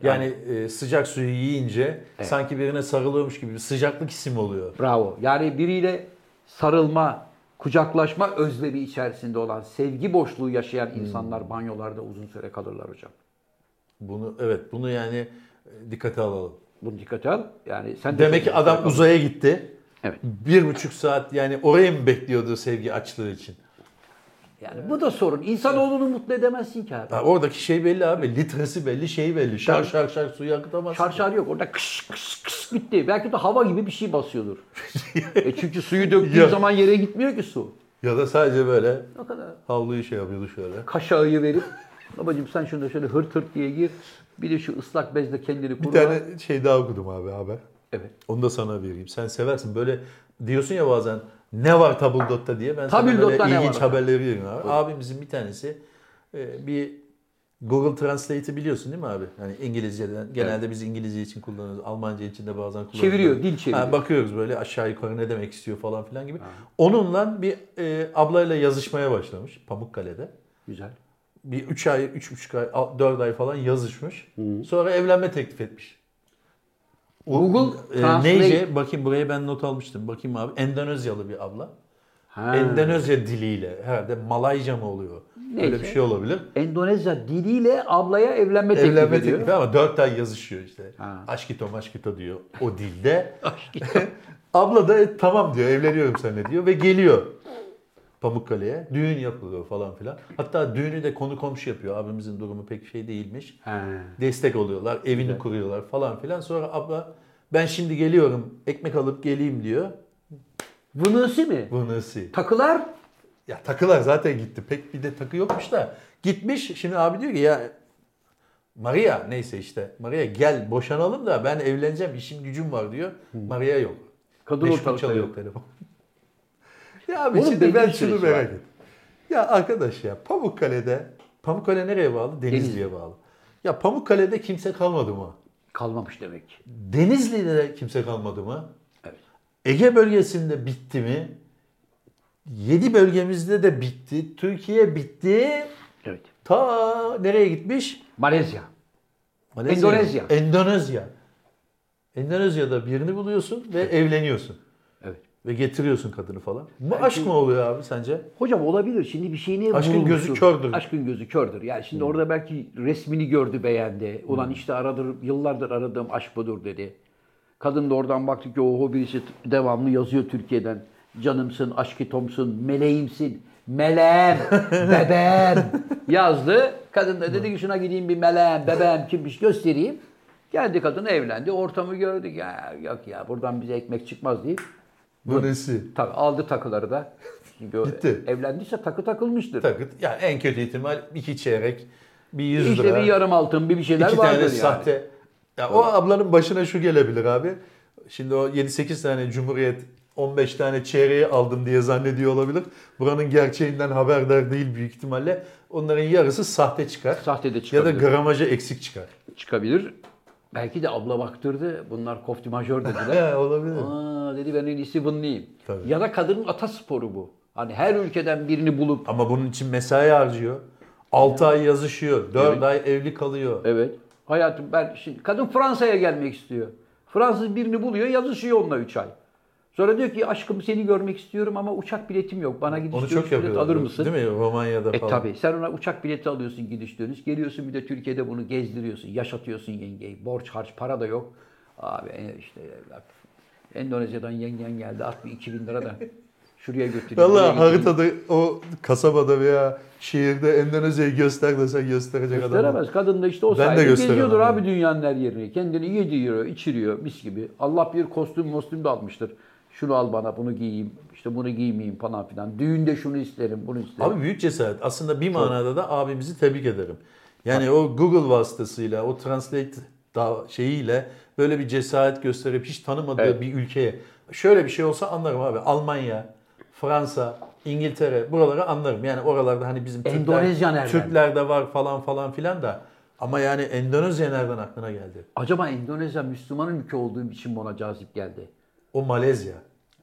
B: Yani e, sıcak suyu yiyince sanki birine sarılıyormuş gibi bir sıcaklık hissi mi oluyor?
A: Bravo. Yani biriyle sarılma, kucaklaşma özlemi içerisinde olan, sevgi boşluğu yaşayan
B: Hmm.
A: insanlar banyolarda uzun süre kalırlar hocam.
B: Bunu evet bunu yani e, dikkate alalım.
A: Bunu dikkate al. Yani sen de
B: Demek ki
A: çok-
B: adam uzaya gitti.
A: Evet.
B: Bir buçuk saat yani oraya mı bekliyordu sevgi açlığı için?
A: Yani bu da sorun. İnsanoğlunu mutlu edemezsin ki abi.
B: Ha, oradaki şey belli abi. Litresi belli, şey belli. Şar şar şar suyu akıtamazsın.
A: Çarşar yok. Orada kış kış kış gitti. Belki de hava gibi bir şey basıyordur. e çünkü suyu döktüğün
B: Ya.
A: zaman yere gitmiyor ki su.
B: Ya da sadece böyle
A: O kadar.
B: havluyu şey yapıyordu şöyle.
A: Kaşağıyı verip babacığım sen şunu da şöyle hırt hırt diye gir. Bir de şu ıslak bezle kendini
B: Bir
A: kurula.
B: tane şey daha okudum abi haber.
A: Evet.
B: Onu da sana vereyim. Sen seversin böyle diyorsun ya bazen ne var Tabldot'ta diye ben sana böyle
A: Tabldot'ta ne
B: ilginç
A: var?
B: haberleri veriyorum abi. Abimizin bir tanesi e, bir Google Translate'i biliyorsun değil mi abi? Hani İngilizceden genelde biz İngilizce için kullanıyoruz. Almanca için de bazen kullanıyoruz.
A: Çeviriyor, dil çeviriyor.
B: Ha, bakıyoruz böyle aşağı yukarı ne demek istiyor falan filan gibi. Onunla bir e, ablayla yazışmaya başlamış Pamukkale'de
A: Güzel.
B: bir 3 ay, 3,5 ay, 4 ay falan yazışmış. Sonra evlenme teklif etmiş. O-
A: Google
B: e,
A: Translate-
B: neyce? Bakayım buraya ben not almıştım. Bakayım abi. Endonezyalı bir abla.
A: Ha.
B: Endonezya diliyle herhalde Malayca mı oluyor?
A: Neyse.
B: Öyle bir şey olabilir.
A: Endonezya diliyle ablaya evlenme teklif
B: Evlenme
A: ediyor.
B: teklifi ama 4 ay yazışıyor işte.
A: Ha.
B: Aşkito maşkito diyor o dilde. abla da "E, tamam diyor evleniyorum seninle diyor ve geliyor. Pamukkale'ye. Düğün yapılıyor falan filan. Hatta düğünü de konu komşu yapıyor. Abimizin durumu pek şey değilmiş.
A: He.
B: destek oluyorlar, evini kuruyorlar falan filan. Sonra abla ben şimdi geliyorum, ekmek alıp geleyim diyor.
A: Vınısı mi?
B: Bu nasıl?
A: Takılar
B: Ya takılar zaten gitti. Pek bir de takı yokmuş da. Gitmiş. Şimdi abi diyor ki ya Maria neyse işte. Maria gel boşanalım da ben evleneceğim. işim gücüm var diyor. Maria yok.
A: kadın
B: Meşgul
A: ortalıkta
B: çalıyor
A: yok.
B: telefon. ya abi
A: Oğlum belli
B: şimdi ben
A: bir
B: şunu
A: süresi var.
B: merak ettim. Ya arkadaş ya Pamukkale'de Pamukkale nereye bağlı? Denizli'ye bağlı. Ya Pamukkale'de kimse kalmadı mı?
A: Kalmamış demek. ki.
B: Denizli'de de kimse kalmadı mı?
A: Evet.
B: Ege bölgesinde bitti mi? 7 bölgemizde de bitti. Türkiye bitti.
A: Evet.
B: Ta nereye gitmiş?
A: Malezya.
B: Malezya.
A: Endonezya.
B: Endonezya. Endonezya'da birini buluyorsun ve evleniyorsun.
A: Evet.
B: Ve getiriyorsun kadını falan. Bu aşk mı oluyor abi sence?
A: Hocam olabilir. Şimdi bir şeyini
B: Aşkın
A: vurulmuştur.
B: gözü kördür. Hmm.
A: Aşkın gözü kördür. Yani şimdi orada belki resmini gördü beğendi. Ulan işte aradır, yıllardır aradığım aşk budur dedi. Kadın da oradan baktı ki oho birisi t- devamlı yazıyor Türkiye'den. Canımsın, aşkitomsun, meleğimsin, meleğim, bebeğim yazdı. Kadın da
B: Hmm.
A: dedi ki şuna gideyim bir meleğim, bebeğim kimmiş göstereyim. Geldi kadın evlendi. Ortamı gördük. Ya, yok ya buradan bize ekmek çıkmaz deyip
B: Bu nesi?
A: Tak, aldı takıları da. Çünkü o
B: Bitti.
A: evlendiyse takı takılmıştır.
B: Takıt. Yani en kötü ihtimal iki çeyrek, bir yüz
A: işte
B: lira.
A: bir yarım altın, bir bir şeyler
B: İki
A: vardır
B: tane
A: yani.
B: sahte. Ya o ablanın başına şu gelebilir abi. Şimdi o 7-8 tane Cumhuriyet 15 tane çeyreği aldım diye zannediyor olabilir. Buranın gerçeğinden haberdar değil büyük ihtimalle. Onların yarısı sahte çıkar.
A: Sahte de
B: ya da
A: çıkabilir.
B: gramaja eksik çıkar.
A: çıkabilir. Belki de abla baktırdı. Bunlar kofti majör dediler.
B: He olabilir.
A: Aa, dedi ben en iyisi bunlayım.
B: Tabii.
A: Ya da kadının atasporu bu. Hani her ülkeden birini bulup
B: Ama bunun için mesai harcıyor. 6 ay yazışıyor. 4 ay evli kalıyor.
A: evet hayatım ben şimdi kadın Fransa'ya gelmek istiyor. Fransız birini buluyor yazışıyor onunla 3 ay. Sonra diyor ki aşkım seni görmek istiyorum ama uçak biletim yok. Bana gidiş
B: Onu
A: dönüş
B: çok
A: bilet
B: yapıyorlar.
A: alır mısın?
B: Değil mi? Romanya'da
A: E
B: falan.
A: tabii. Sen ona uçak bileti alıyorsun gidiş dönüş. Geliyorsun bir de Türkiye'de bunu gezdiriyorsun. Yaşatıyorsun yengeyi. Borç harç para da yok. Abi e, işte bak, Endonezya'dan yengen geldi. At bir 2000 lira da şuraya götüreyim. buraya
B: Valla
A: götüreyim.
B: haritada o kasabada veya şehirde Endonezya'yı göster desen gösterecek adam. yok.
A: Gösteremez. Kadın da işte o
B: Ben de
A: sayede
B: gösteremem
A: geziyordur
B: yani.
A: abi dünyanın her yerini. Kendini yediriyor, içiriyor mis gibi. Allah bir kostüm mostüm de almıştır. Şunu al bana, bunu giyeyim, işte bunu giymeyeyim falan filan. Düğünde şunu isterim, bunu isterim.
B: Abi büyük cesaret. Aslında bir manada da abimizi tebrik ederim. Yani o Google vasıtasıyla, o Translate da- şeyiyle böyle bir cesaret gösterip hiç tanımadığı
A: Evet.
B: bir ülkeye. Şöyle bir şey olsa anlarım abi. Almanya, Fransa, İngiltere buraları anlarım. Yani oralarda hani bizim Türkler,
A: Endonezya nereden?
B: Türkler de var falan falan filan da. Ama yani Endonezya nereden aklına geldi?
A: Acaba Endonezya Müslüman ülke olduğu için mi ona cazip geldi?
B: O Malezya.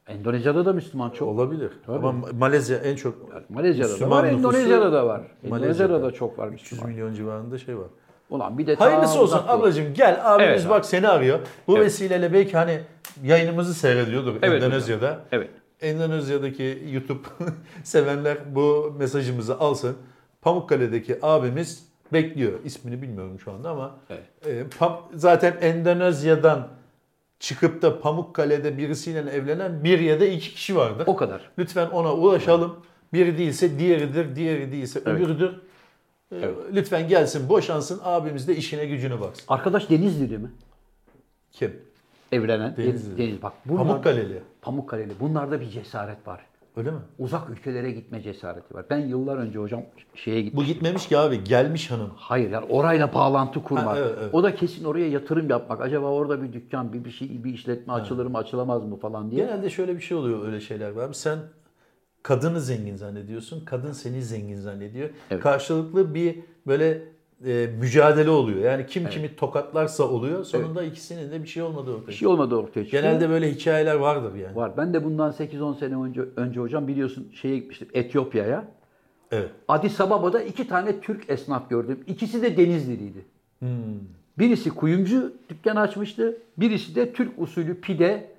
A: Endonezya'da da Müslüman çok.
B: Olabilir. Ama Malezya en çok
A: Malezya'da
B: Müslüman
A: da var,
B: nüfusu
A: Endonezya'da da var.
B: Malezya'da.
A: Endonezya'da da çok var
B: 300
A: Müslüman.
B: milyon civarında şey var.
A: Ulan bir de ta
B: Hayırlısı olsun
A: uzak doğu.
B: ablacığım gel abimiz
D: Evet abi.
B: bak seni arıyor. Bu vesileyle belki hani yayınımızı seyrediyordur
D: Evet
B: Endonezya'da.
D: Evet.
B: Endonezya'daki YouTube sevenler bu mesajımızı alsın. Pamukkale'deki abimiz bekliyor. İsmini bilmiyorum şu anda ama e, Pam- zaten Endonezya'dan çıkıp da Pamukkale'de birisiyle evlenen bir ya da iki kişi vardır.
A: O kadar.
B: Lütfen ona ulaşalım. Biri değilse diğeridir, diğeri değilse öbürüdür. Ee, Lütfen gelsin, boşansın, abimiz de işine gücüne baksın.
A: Arkadaş Denizli değil mi?
B: Kim?
A: Evlenen
B: Denizli.
A: Deniz, Deniz. Bak bunlar,
B: Pamukkale'li.
A: Pamukkale'li. Bunlarda bir cesaret var.
B: Öyle mi?
A: Uzak ülkelere gitme cesareti var. Ben yıllar önce hocam şeye gittim.
B: Bu gitmemiş ki abi, gelmiş hanım.
A: Hayır yani orayla bağlantı kurmak.
B: Ha, evet, evet.
A: O da kesin oraya yatırım yapmak. Acaba orada bir dükkan, bir bir şey, bir işletme açılır mı, açılamaz mı falan diye.
B: Genelde şöyle bir şey oluyor öyle şeyler var. Sen kadını zengin zannediyorsun, kadın seni zengin zannediyor.
A: Evet.
B: Karşılıklı bir böyle e, mücadele oluyor. Yani kim kimi tokatlarsa oluyor. Sonunda ikisinin de bir şey olmadığı ortaya
A: Bir şey olmadı ortaya çıkıyor.
B: Genelde böyle hikayeler vardır yani.
A: var. Ben de bundan 8-10 sene önce önce hocam biliyorsun şeye gitmiştim Etiyopya'ya.
B: Evet.
A: Addis Ababa'da iki tane Türk esnaf gördüm. İkisi de Denizliliydi.
B: Hmm.
A: Birisi kuyumcu dükkanı açmıştı. Birisi de Türk usulü pide,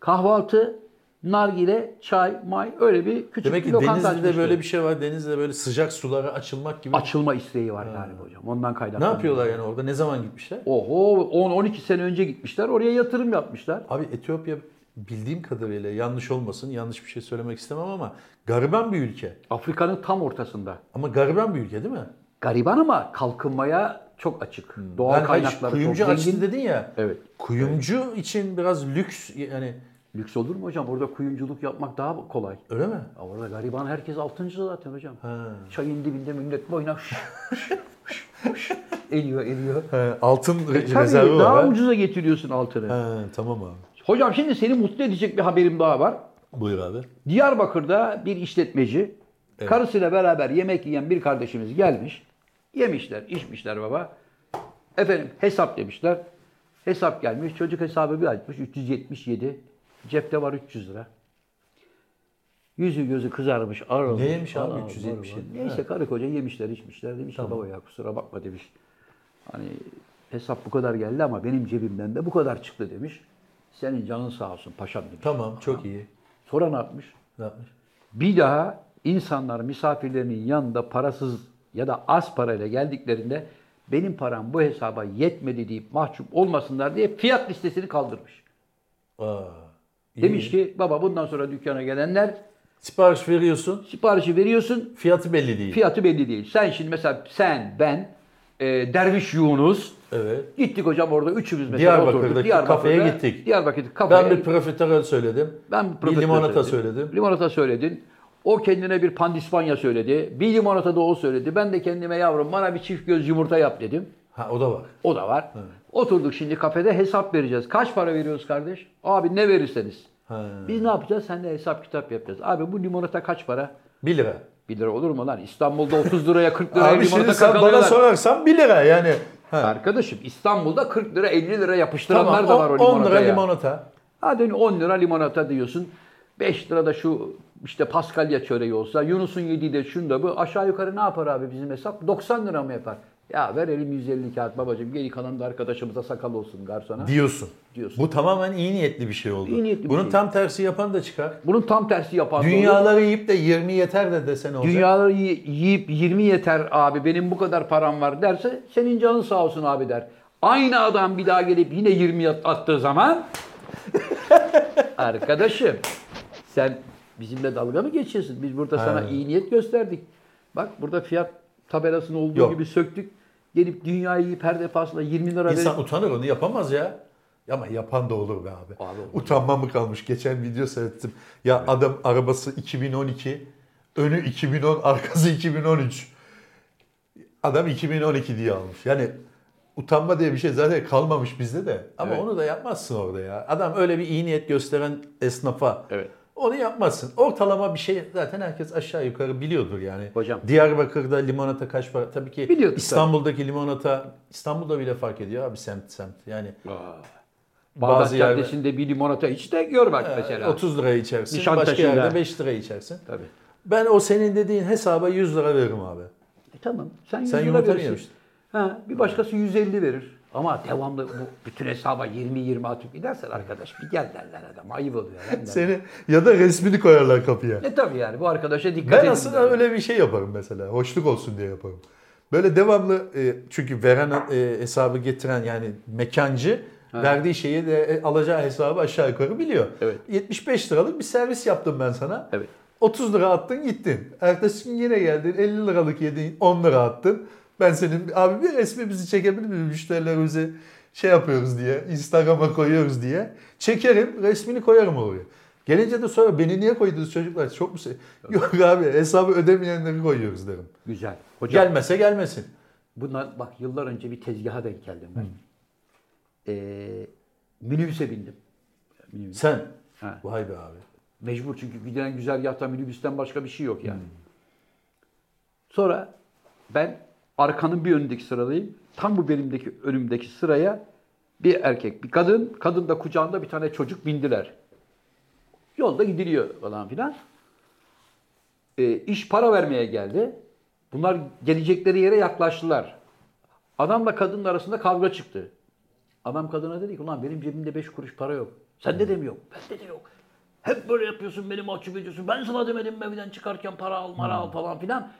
A: kahvaltı, nargile, çay, may öyle bir küçük
B: Demek
A: bir
B: ki
A: lokanta
B: Denizli'de
A: açmıştı.
B: böyle bir şey var. Denizli'de böyle sıcak sulara açılmak gibi.
A: açılma isteği var galiba hocam. Ondan
B: ne
A: kaynaklı.
B: yapıyorlar yani orada? Ne zaman gitmişler?
A: Oho 10-12 sene önce gitmişler. Oraya yatırım yapmışlar.
B: Abi Etiyopya bildiğim kadarıyla yanlış olmasın. Yanlış bir şey söylemek istemem ama gariban bir ülke.
A: Afrika'nın tam ortasında.
B: Ama gariban bir ülke değil mi?
A: Gariban ama kalkınmaya çok açık. Doğal
B: Ben hani
A: kaynakları
B: kuyumcu
A: çok
B: açtı
A: zengin.
B: dedin ya.
A: Evet.
B: Kuyumcu için biraz lüks yani
A: Lüks olur mu hocam? Burada kuyumculuk yapmak daha kolay.
B: öyle mi?
A: Ya Orada gariban herkes altıncı zaten hocam.
B: Ha.
A: Çayın dibinde millet boyuna eliyor eliyor.
B: He, Ee, altın re-
A: E, Tabii
B: rezervi
A: daha
B: var. ha.
A: ucuza getiriyorsun altını.
B: He, tamam abi.
A: Hocam şimdi seni mutlu edecek bir haberim daha var.
B: Buyur abi.
A: Diyarbakır'da bir işletmeci karısıyla beraber yemek yiyen bir kardeşimiz gelmiş. Yemişler, içmişler baba. Efendim hesap demişler. Hesap gelmiş. Çocuk hesabı bir açmış 377. Cepte var 300 lira. Yüzü gözü kızarmış, ağrılmış.
B: Ne yemiş abi
A: Ağrılmış,
B: 377?
A: ağrılmış. Neyse karı koca yemişler, içmişler. Demiş ki baba ya kusura bakma demiş. Hani hesap bu kadar geldi ama benim cebimden de bu kadar çıktı demiş. Senin canın sağ olsun paşam demiş.
B: Tamam çok iyi.
A: Sonra ne yapmış?
B: Ne yapmış?
A: Bir daha insanlar misafirlerinin yanında parasız ya da az parayla geldiklerinde benim param bu hesaba yetmedi deyip mahcup olmasınlar diye fiyat listesini kaldırmış.
B: Aa, iyi.
A: Demiş ki baba bundan sonra dükkana gelenler
B: Sipariş veriyorsun.
A: siparişi veriyorsun
B: Fiyatı belli değil.
A: fiyatı belli değil. Sen şimdi mesela sen ben e, Derviş Yunus
B: Evet.
A: gittik hocam orada üçümüz mesela
B: Diyarbakır'daki
A: oturduk.
B: kafeye gittik.
A: Diyarbakır'daki kafeye
B: Ben bir profiterol söyledim.
A: Ben bir
B: bir
A: profiterol
B: limonata söyledim.
A: Limonata söyledin. O kendine bir pandispanya söyledi. Bir limonata da o söyledi. Ben de kendime yavrum bana bir çift göz yumurta yap dedim.
B: Ha o da var.
A: O da var. Oturduk şimdi kafede hesap vereceğiz. Kaç para veriyoruz kardeş? Abi ne verirseniz.
B: Ha.
A: Biz ne yapacağız? Seninle hesap kitap yapacağız. Abi bu limonata kaç para?
B: 1 lira.
A: 1 lira olur mu lan? İstanbul'da 30 liraya 40 liraya
B: Abi
A: limonata
B: şimdi sen bana
A: kakalıyorlar.
B: sorarsan 1 lira yani. Ha.
A: Arkadaşım İstanbul'da 40 lira 50 lira yapıştıranlar
B: Tamam,
A: da var o
B: 10 lira
A: limonataya.
B: limonata.
A: Hadi 10 lira limonata diyorsun. 5 lira da şu işte paskalya çöreği olsa, Yunus'un yediği de şunu da bu. Aşağı yukarı ne yapar abi bizim hesap? 90 lira mı yapar? Ya verelim 150 kağıt babacığım. Geri kalan da arkadaşımıza sakal olsun garsona.
B: diyorsun.
A: Diyorsun.
B: Bu tamamen iyi niyetli bir şey oldu.
A: İyi niyetli bir
B: Bunun
A: şey.
B: tam tersi yapan da çıkar.
A: Bunun tam tersi yapan da olur.
B: Dünyaları yiyip de 20 yeter de desene olacak.
A: Dünyaları yi- yiyip 20 yeter abi benim bu kadar param var derse senin canın sağ olsun abi der. Aynı adam bir daha gelip yine 20 yat- attığı zaman arkadaşım sen bizimle dalga mı geçiyorsun? Biz burada sana iyi niyet gösterdik. Bak burada fiyat tabelasını olduğu
B: Yok.
A: gibi söktük. Gelip dünyayı yiyip her defasında 20 lira verip
B: İnsan utanır onu yapamaz ya. Ama yapan da olur be abi.
A: Abi olur.
B: Utanma mı kalmış? Geçen video seyrettim. Ya adam arabası 2012, önü 2010, arkası 2013. Adam 2012 diye almış. Yani utanma diye bir şey zaten kalmamış bizde de. Ama onu da yapmazsın orada ya. Adam öyle bir iyi niyet gösteren esnafa.
A: Evet.
B: Onu yapmazsın. Ortalama bir şey zaten herkes aşağı yukarı biliyordur yani.
A: Hocam.
B: Diyarbakır'da limonata kaç para? Tabii ki
A: Biliyordur tabii.
B: İstanbul'daki limonata İstanbul'da bile fark ediyor abi semt semt. Yani
A: Bağdat
B: bazı Ee, yerde
A: Caddesi'nde bir limonata iç de gör bak mesela.
B: 30 lira e, içersin, başka
A: Nişantaşı'nda.
B: yerde 5 lira içersin.
A: Tabii.
B: Ben o senin dediğin hesaba 100 lira veririm abi.
A: E tamam. Sen,
B: Sen
A: 100 lira
B: yumurta mı
A: verirsin.
B: yemiştin?
A: Ha, bir başkası 150 verir. Ama devamlı bu bütün hesaba 20-20 atıp gidersen arkadaş bir gel derler adam. Ayıp oluyor. lan derler.
B: Seni ya da resmini koyarlar kapıya.
A: E tabii yani bu arkadaşa dikkat
B: Ben
A: edin
B: aslında
A: derler.
B: öyle bir şey yaparım mesela. Hoşluk olsun diye yaparım. Böyle devamlı e, çünkü veren e, hesabı getiren yani mekancı verdiği şeyi de e, alacağı hesabı aşağı yukarı biliyor.
A: Evet.
B: 75 liralık bir servis yaptım ben sana.
A: Evet.
B: 30 lira attın gittin. Ertesi gün yine geldin 50 liralık yedin 10 lira attın. Ben senin abi bir resmimizi çekebilir miyim müşterilerimizi şey yapıyoruz diye Instagram'a koyuyoruz diye. Çekerim resmini koyarım oraya. Gelince de sonra beni niye koydunuz çocuklar çok mu se- Yok abi hesabı ödemeyenleri koyuyoruz derim.
A: Güzel. Hocam
B: Gelmese gelmesin.
A: bundan bak yıllar önce bir tezgaha denk geldim ben. Ee, minibüse bindim.
B: Sen.
A: Ha.
B: Vay be abi.
A: Mecbur çünkü giden güzergahta minibüsten başka bir şey yok yani. Sonra ben arkanın bir önündeki sıradayım. Tam bu benimdeki önümdeki sıraya bir erkek, bir kadın, kadın da kucağında bir tane çocuk bindiler. Yolda gidiliyor falan filan. Ee, iş para vermeye geldi. Bunlar gelecekleri yere yaklaştılar. Adamla kadının arasında kavga çıktı. Adam kadına dedi ki ulan benim cebimde 5 kuruş para yok. Sende de mi yok? Bende de yok. Hep böyle yapıyorsun beni mahcup ediyorsun. Ben sana demedim mi evden çıkarken para al mara al falan filan.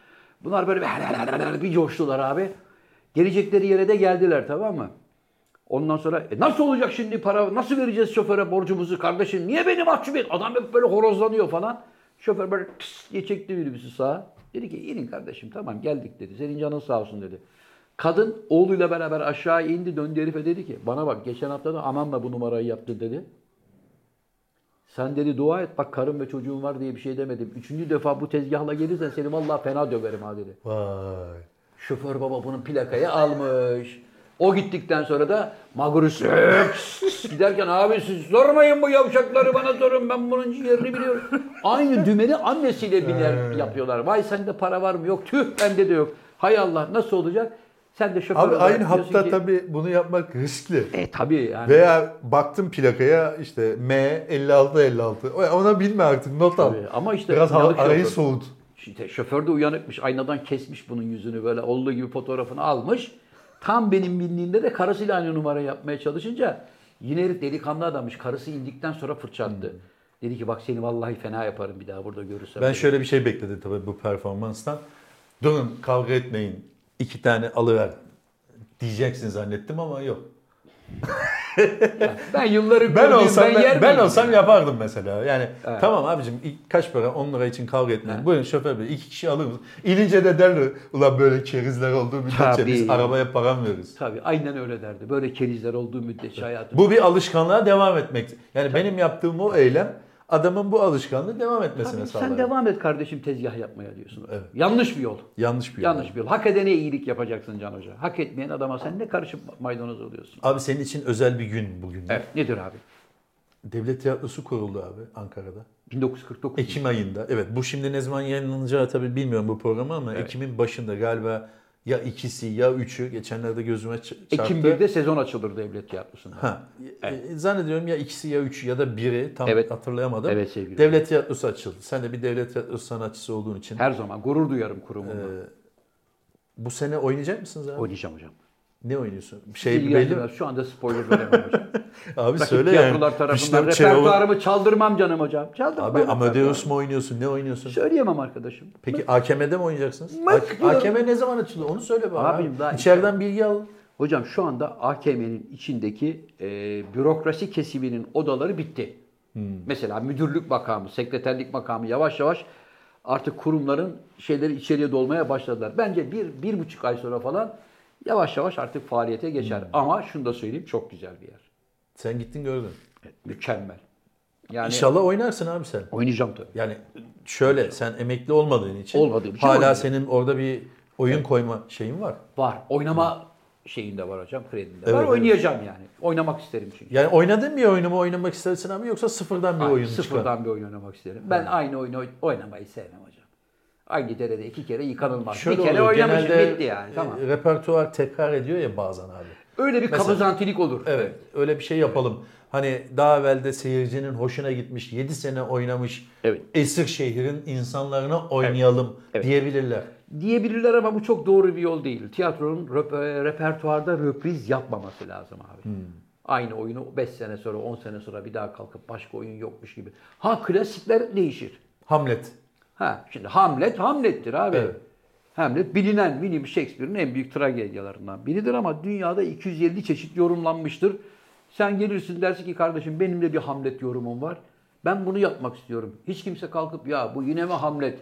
A: Bunlar böyle bir, bir coştular abi. Gelecekleri yere de geldiler tamam mı? Ondan sonra "E nasıl olacak şimdi para? Nasıl vereceğiz şoföre borcumuzu kardeşim? Niye beni mahcup et? Adam hep böyle horozlanıyor falan. Şoför böyle tıs diye çekti minibüsü sağa. Dedi ki inin kardeşim tamam geldik dedi. Senin canın sağ olsun dedi. Kadın oğluyla beraber aşağı indi döndü herife dedi ki bana bak geçen hafta da anamla bu numarayı yaptı dedi. Sen dedi dua et bak karım ve çocuğum var diye bir şey demedim. Üçüncü defa bu tezgahla gelirsen seni vallahi fena döverim ha dedi.
B: Vay.
A: Şoför baba bunun plakayı almış. O gittikten sonra da Magurus giderken abi siz sormayın bu yavşakları bana sorun ben bunun yerini biliyorum. Aynı dümeni annesiyle biner yapıyorlar. Vay sende para var mı? Yok tüh bende de yok. Hay Allah nasıl olacak? Sen de şoför
B: Abi
A: olarak
B: aynı
A: diyorsun
B: hatta
A: ki-
B: tabii bunu yapmak riskli.
A: E tabii yani.
B: Veya baktım plakaya işte M 56 56. Ona bilme artık not al.
A: Tabii, ama işte
B: biraz
A: yanlış
B: arayı
A: yapıyor.
B: soğut.
A: İşte şoför de uyanıkmış. Aynadan kesmiş bunun yüzünü böyle olduğu gibi fotoğrafını almış. Tam benim bindiğimde de karısıyla aynı numara yapmaya çalışınca yine herif delikanlı adammış. Karısı indikten sonra fırçattı. Dedi ki bak seni vallahi fena yaparım bir daha burada görürsem.
B: Hmm. Ben şöyle bir şey bekledim tabii bu performanstan. Durun kavga etmeyin. iki tane alıver diyeceksin zannettim ama yok.
A: ben yılları
B: Ben
A: gördüm,
B: olsam ben,
A: yer
B: ben
A: miyim?
B: olsam yapardım mesela. Yani tamam abicim ilk kaç para 10 lira için kavga etmeyin. Buyurun şoför bey iki kişi alır mısın? İnince de derler ulan böyle kerizler olduğu müddetçe biz
A: Tabii.
B: arabaya para mı veriyoruz?
A: Tabii aynen öyle derdi. Böyle kerizler olduğu müddetçe hayatım.
B: Bu bir alışkanlığa devam etmek. Yani benim yaptığım o eylem adamın bu alışkanlığı devam etmesine
A: Tabii,
B: sağlar.
A: sen devam et kardeşim tezgah yapmaya diyorsun.
B: Evet.
A: Yanlış bir yol.
B: Yanlış bir yol.
A: Yanlış bir yol. Hak edene iyilik yapacaksın Can Hoca. Hak etmeyen adama sen ne karışıp maydanoz oluyorsun.
B: Abi senin için özel bir gün bugün.
A: Evet. Nedir abi?
B: Devlet tiyatrosu kuruldu abi Ankara'da.
A: 1949.
B: Ekim ayında. Evet bu şimdi ne zaman yayınlanacağı tabii bilmiyorum bu programı ama Ekim'in başında galiba ya ikisi ya üçü geçenlerde gözüme ç- çarptı.
A: Ekim 1'de sezon açılır Devlet Tiyatrosu'nda.
B: Ha. e, Zannediyorum ya ikisi ya üçü ya da biri tam
A: Evet.
B: hatırlayamadım.
A: Evet şey, sevgili
B: devlet tiyatrosu açıldı. Sen de bir devlet tiyatrosu sanatçısı olduğun için.
A: Her zaman gurur duyarım kurumumla.
B: Ee, Bu sene oynayacak mısınız abi?
A: Oynayacağım hocam.
B: ne oynuyorsun? Şey belli mi?
A: İlgilendirmez. Şu anda spoiler veremem hocam.
B: Abi
A: Rakip
B: söyle yani.
A: tiyatrolar tarafından
B: Vişnev Çerov-
A: repertuarımı çaldırmam canım hocam. Çaldırmam.
B: Abi Amadeus
A: repertuarımı.
B: mu oynuyorsun? Ne oynuyorsun?
A: Söyleyemem arkadaşım.
B: Peki AKM'de mi oynayacaksınız?
A: Mık
B: A-
A: diyorum.
B: AKM ne zaman açıldı? Onu söyle bana.
A: Abim daha-
B: İçeriden bilgi al.
A: Hocam şu anda AKM'nin içindeki e, bürokrasi kesiminin odaları bitti.
B: Hmm.
A: Mesela müdürlük makamı, sekreterlik makamı yavaş yavaş artık kurumların şeyleri içeriye dolmaya başladılar. Bence bir, bir buçuk ay sonra falan yavaş yavaş artık faaliyete
B: Hmm.
A: geçer. Ama şunu da söyleyeyim çok güzel bir yer.
B: Sen gittin gördün.
A: Mükemmel. Yani
B: İnşallah oynarsın abi sen.
A: oynayacağım tabii.
B: Yani şöyle sen emekli olmadığın için
A: Olmadığım için
B: hala
A: oynayacağım.
B: senin orada bir oyun koyma şeyin var.
A: Var. Oynama şeyinde var hocam, kredinde
B: Evet,
A: var.
B: evet.
A: Oynayacağım yani. Oynamak isterim çünkü.
B: Yani oynadığın bir oyunu mu oynamak istersin abi yoksa sıfırdan bir
A: Ay,
B: oyun mu
A: sıfırdan
B: çıkar?
A: bir oyun oynamak isterim. Ben aynı oyunu oy- oynamayı sevmem hocam. Aynı derede iki kere yıkanılmaz. bir kere
B: oluyor,
A: oynamışım
B: genelde,
A: bitti yani.
B: e,
A: Tamam.
B: Repertuar tekrar ediyor ya bazen abi.
A: Öyle bir kabızantilik olur.
B: Evet öyle bir şey yapalım. Hani daha evvelde seyircinin hoşuna gitmiş 7 sene oynamış
A: Evet.
B: esir şehrin insanlarına oynayalım
A: Evet.
B: diyebilirler.
A: diyebilirler ama bu çok doğru bir yol değil. Tiyatronun röp- e, repertuarda röpriz yapmaması lazım abi.
B: Hmm.
A: Aynı oyunu 5 sene sonra 10 sene sonra bir daha kalkıp başka oyun yokmuş gibi. Ha klasikler değişir.
B: Hamlet.
A: Ha şimdi Hamlet Hamlet'tir abi.
B: Evet.
A: Hamlet bilinen William Shakespeare'in en büyük tragedyalarından biridir ama dünyada 250 çeşit yorumlanmıştır. Sen gelirsin dersin ki kardeşim benim de bir Hamlet yorumum var. Ben bunu yapmak istiyorum. Hiç kimse kalkıp ya bu yine mi Hamlet?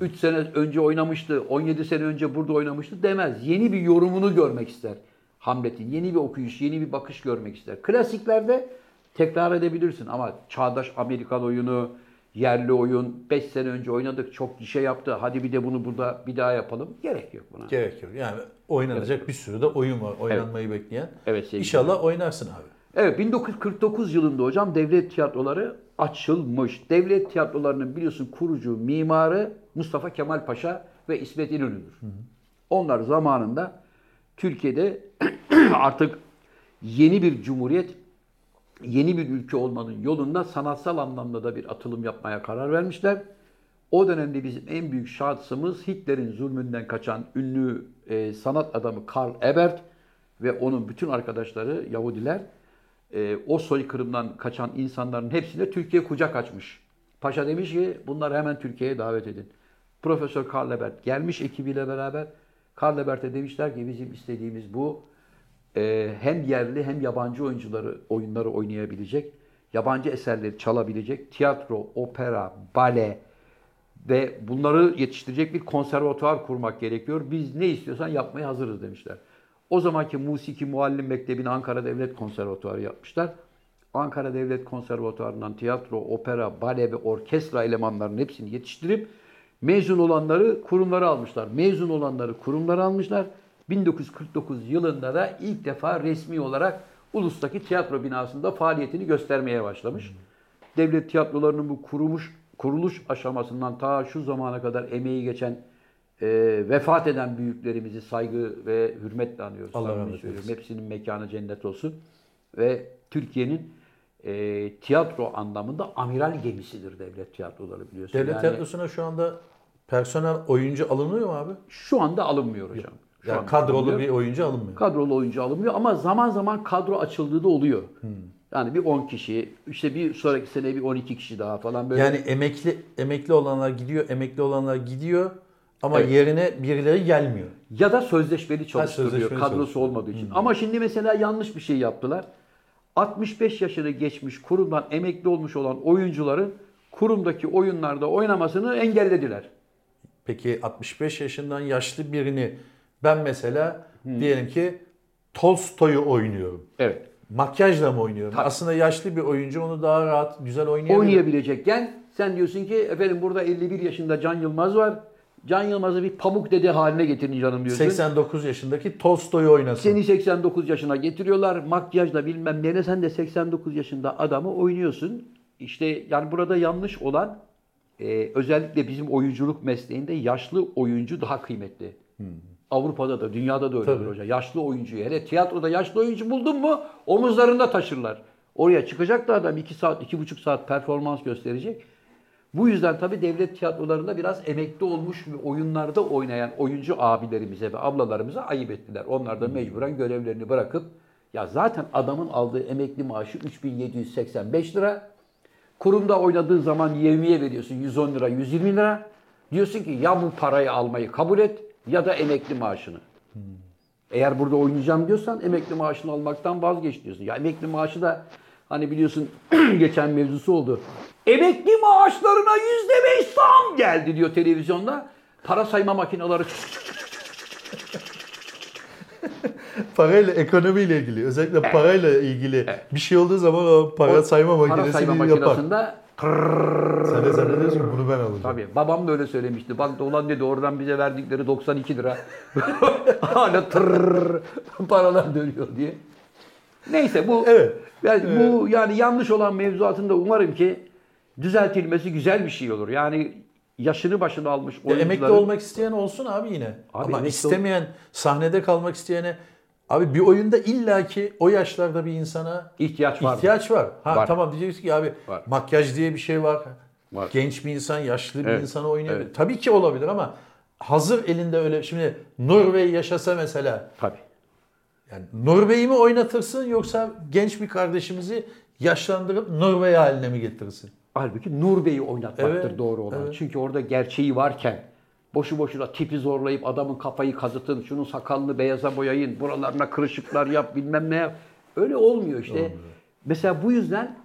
A: 3 sene önce oynamıştı, 17 sene önce burada oynamıştı demez. Yeni bir yorumunu görmek ister. Hamlet'in yeni bir okuyuş, yeni bir bakış görmek ister. Klasiklerde tekrar edebilirsin ama çağdaş Amerikan oyunu, yerli oyun 5 sene önce oynadık çok gişe yaptı. Hadi bir de bunu burada bir daha yapalım. Gerek yok buna.
B: Gerek yok. Yani oynanacak bir sürü de oyun var. Oynanmayı bekleyen.
A: Evet sevgili
B: İnşallah oynarsın abi.
A: Evet 1949 yılında hocam devlet tiyatroları açılmış. Devlet tiyatrolarının biliyorsun kurucu mimarı Mustafa Kemal Paşa ve İsmet İnönü'dür. Onlar zamanında Türkiye'de artık yeni bir cumhuriyet, yeni bir ülke olmanın yolunda sanatsal anlamda da bir atılım yapmaya karar vermişler. O dönemde bizim en büyük şahsımız Hitler'in zulmünden kaçan ünlü e, sanat adamı Karl Ebert ve onun bütün arkadaşları Yahudiler e, o soykırımdan kaçan insanların hepsine Türkiye kucak açmış. Paşa demiş ki bunları hemen Türkiye'ye davet edin. Profesör Karl Ebert gelmiş ekibiyle beraber. Karl Ebert'e demişler ki bizim istediğimiz bu. E, hem yerli hem yabancı oyuncuları oyunları oynayabilecek. Yabancı eserleri çalabilecek. Tiyatro, opera, bale, ve bunları yetiştirecek bir konservatuar kurmak gerekiyor. Biz ne istiyorsan yapmaya hazırız demişler. O zamanki Musiki Muallim Mektebi'ni Ankara Devlet Konservatuarı yapmışlar. Ankara Devlet Konservatuarı'ndan tiyatro, opera, bale ve orkestra elemanlarının hepsini yetiştirip mezun olanları kurumlara almışlar. Mezun olanları kurumlara almışlar. 1949 yılında da ilk defa resmi olarak ulustaki tiyatro binasında faaliyetini göstermeye başlamış devlet tiyatrolarının bu kurumuş kuruluş aşamasından ta şu zamana kadar emeği geçen e, vefat eden büyüklerimizi saygı ve hürmetle anıyoruz.
B: Allah
A: Samimi
B: rahmet
A: söylüyorum.
B: eylesin.
A: Hepsinin mekanı cennet olsun. Ve Türkiye'nin e, tiyatro anlamında amiral gemisidir devlet tiyatroları biliyorsun.
B: Devlet
A: Yani
B: tiyatrosuna şu anda personel oyuncu alınıyor mu abi?
A: şu anda alınmıyor hocam. Şu
B: Yani
A: anda
B: kadrolu
A: alınmıyor.
B: bir oyuncu alınmıyor.
A: Kadrolu oyuncu alınmıyor ama zaman zaman kadro açıldığı da oluyor.
B: Hmm.
A: Yani bir 10 kişi, işte bir sonraki sene bir 12 kişi daha falan böyle.
B: Yani emekli emekli olanlar gidiyor, emekli olanlar gidiyor ama
A: Evet.
B: yerine birileri gelmiyor.
A: Ya da sözleşmeli çalıştırıyor
B: sözleşmeli
A: kadrosu
B: çalıştırıyor. Hmm.
A: olmadığı için. Ama şimdi mesela yanlış bir şey yaptılar. 65 yaşını geçmiş kurumdan emekli olmuş olan oyuncuların kurumdaki oyunlarda oynamasını engellediler.
B: Peki 65 yaşından yaşlı birini ben mesela
A: Hmm.
B: diyelim ki Tolstoy'u oynuyorum.
A: Evet.
B: Makyajla mı oynuyorum? Aslında yaşlı bir oyuncu onu daha rahat, güzel oynayabilir.
A: Oynayabilecekken sen diyorsun ki efendim burada 51 yaşında Can Yılmaz var. Can Yılmaz'ı bir pamuk dede haline getirin canım diyorsun.
B: 89 yaşındaki Tolstoy'u oynasın.
A: Seni 89 yaşına getiriyorlar. Makyajla bilmem ne sen de 89 yaşında adamı oynuyorsun. İşte yani burada yanlış olan e, özellikle bizim oyunculuk mesleğinde yaşlı oyuncu daha kıymetli. Avrupa'da da dünyada da öyledir
B: Tabii.
A: hoca. Yaşlı oyuncuyu hele tiyatroda yaşlı oyuncu buldun mu omuzlarında taşırlar. Oraya çıkacak da adam 2 saat 2,5 saat performans gösterecek. Bu yüzden tabii devlet tiyatrolarında biraz emekli olmuş ve oyunlarda oynayan oyuncu abilerimize ve ablalarımıza ayıp ettiler. Onlar da mecburen görevlerini bırakıp ya zaten adamın aldığı emekli maaşı 3785 lira. Kurumda oynadığı zaman yevmiye veriyorsun 110 lira, 120 lira. Diyorsun ki ya bu parayı almayı kabul et ya da emekli maaşını. Eğer burada oynayacağım diyorsan emekli maaşını almaktan vazgeç diyorsun. Ya emekli maaşı da hani biliyorsun geçen mevzusu oldu. Emekli maaşlarına yüzde beş zam geldi diyor televizyonda. Para sayma makineleri
B: Parayla, ekonomiyle ilgili, özellikle parayla ilgili bir şey olduğu zaman o para sayma
A: para
B: makinesini
A: sayma
B: yapar.
A: makinesinde
B: Sen de zannediyorsun ki bunu ben alacağım.
A: Tabii. Babam da öyle söylemişti. Bak da ulan dedi oradan bize verdikleri 92 lira. Hala tırrrr paralar dönüyor diye. Neyse bu
B: Evet.
A: yani bu yani yanlış olan mevzuatında umarım ki düzeltilmesi güzel bir şey olur. Yani yaşını başına almış
B: Ya
A: oyuncuların
B: emekli olmak isteyen olsun abi yine. Ama
A: emekli ol-
B: istemeyen, sahnede kalmak isteyene abi bir oyunda illaki o yaşlarda bir insana
A: ihtiyaç var.
B: ihtiyaç var. Ha
A: Var.
B: tamam diyeceksin ki abi
A: Var.
B: makyaj diye bir şey var.
A: Var.
B: Genç bir insan, yaşlı bir
A: Evet.
B: insana oynayabilir.
A: Evet.
B: Tabii ki olabilir ama hazır elinde öyle şimdi Norveç yaşasa mesela
D: Tabii.
B: yani Norveç'i mi oynatırsın yoksa genç bir kardeşimizi yaşlandırıp Norveç haline mi getirirsin?
A: Halbuki Nur Bey'i oynatmaktır
B: Evet,
A: doğru olan. Çünkü orada gerçeği varken boşu boşuna tipi zorlayıp adamın kafayı kazıtın, şunun sakalını beyaza boyayın, buralarına kırışıklar yap bilmem ne yap. Öyle olmuyor işte. Mesela bu yüzden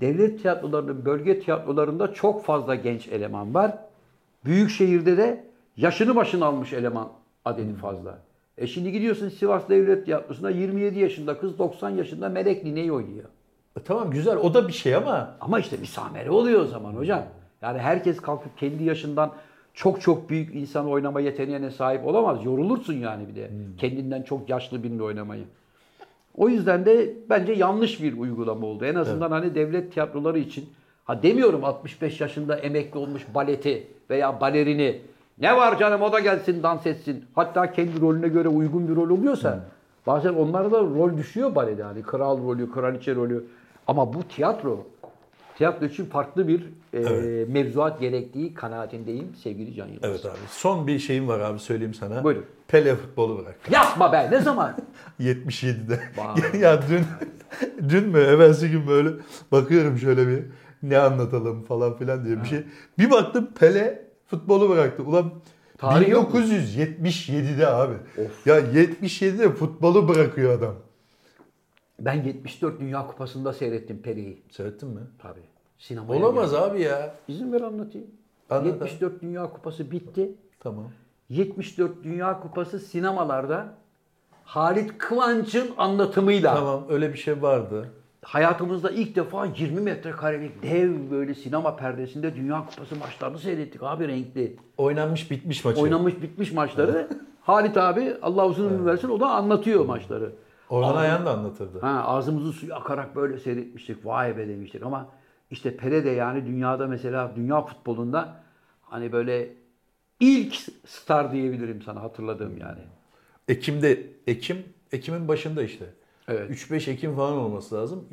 A: devlet tiyatrolarının bölge tiyatrolarında çok fazla genç eleman var. Büyük şehirde de yaşını başını almış eleman
B: Hmm.
A: adedi fazla. E şimdi gidiyorsun Sivas Devlet Tiyatrosu'na 27 yaşında kız 90 yaşında melek nineyi oynuyor.
B: E tamam güzel o da bir şey ama
A: Ama işte misamere oluyor o zaman hocam. Yani herkes kalkıp kendi yaşından çok çok büyük insan oynama yeteneğine sahip olamaz. Yorulursun yani bir de. Kendinden çok yaşlı birini oynamayı. O yüzden de bence yanlış bir uygulama oldu. En azından hani devlet tiyatroları için. Ha demiyorum 65 yaşında emekli olmuş baleti veya balerini. Ne var canım o da gelsin dans etsin. Hatta kendi rolüne göre uygun bir rol oluyorsa. Bazen onlara da rol düşüyor balede. Hani kral rolü, kraliçe rolü. Ama bu tiyatro. Tiyatro için farklı bir e, mevzuat gerektiği kanaatindeyim sevgili Can Yılmaz.
B: evet abi son bir şeyim var abi söyleyeyim sana.
A: Buyurun.
B: Pele futbolu bırak.
A: Yapma be ne zaman?
B: 77'de.
A: Vay.
B: ya dün dün mü evvelsi gün böyle bakıyorum şöyle bir ne anlatalım falan filan diye bir şey. Bir baktım Pele futbolu bıraktı. Ulan
A: Tarih yok mu?
B: 1977'de abi. Ya 77'de futbolu bırakıyor adam.
A: ben 74 Dünya Kupası'nda seyrettim Peri'yi.
B: Seyrettin mi?
A: Tabii. Sinemaya
B: Olamaz abi ya.
A: İzin ver anlatayım.
B: Anlat abi.
A: 74 Dünya Kupası bitti.
B: Tamam.
A: 74 Dünya Kupası sinemalarda Halit Kıvanç'ın anlatımıyla
B: Tamam öyle bir şey vardı.
A: hayatımızda ilk defa 20 metrekarelik dev böyle sinema perdesinde Dünya Kupası maçlarını seyrettik abi renkli.
B: Oynanmış bitmiş maçı.
A: Oynanmış bitmiş maçları. Halit abi Allah uzun ömür versin o da anlatıyor maçları.
B: Orhan Ayan da anlatırdı.
A: Ha, ağzımızın suyu akarak böyle seyretmiştik. Vay be demiştik ama işte Pele de yani dünyada mesela dünya futbolunda hani böyle ilk star diyebilirim sana hatırladığım yani.
B: Ekim'de Ekim Ekim'in başında işte.
A: Evet.
B: 3-5 Ekim falan olması lazım.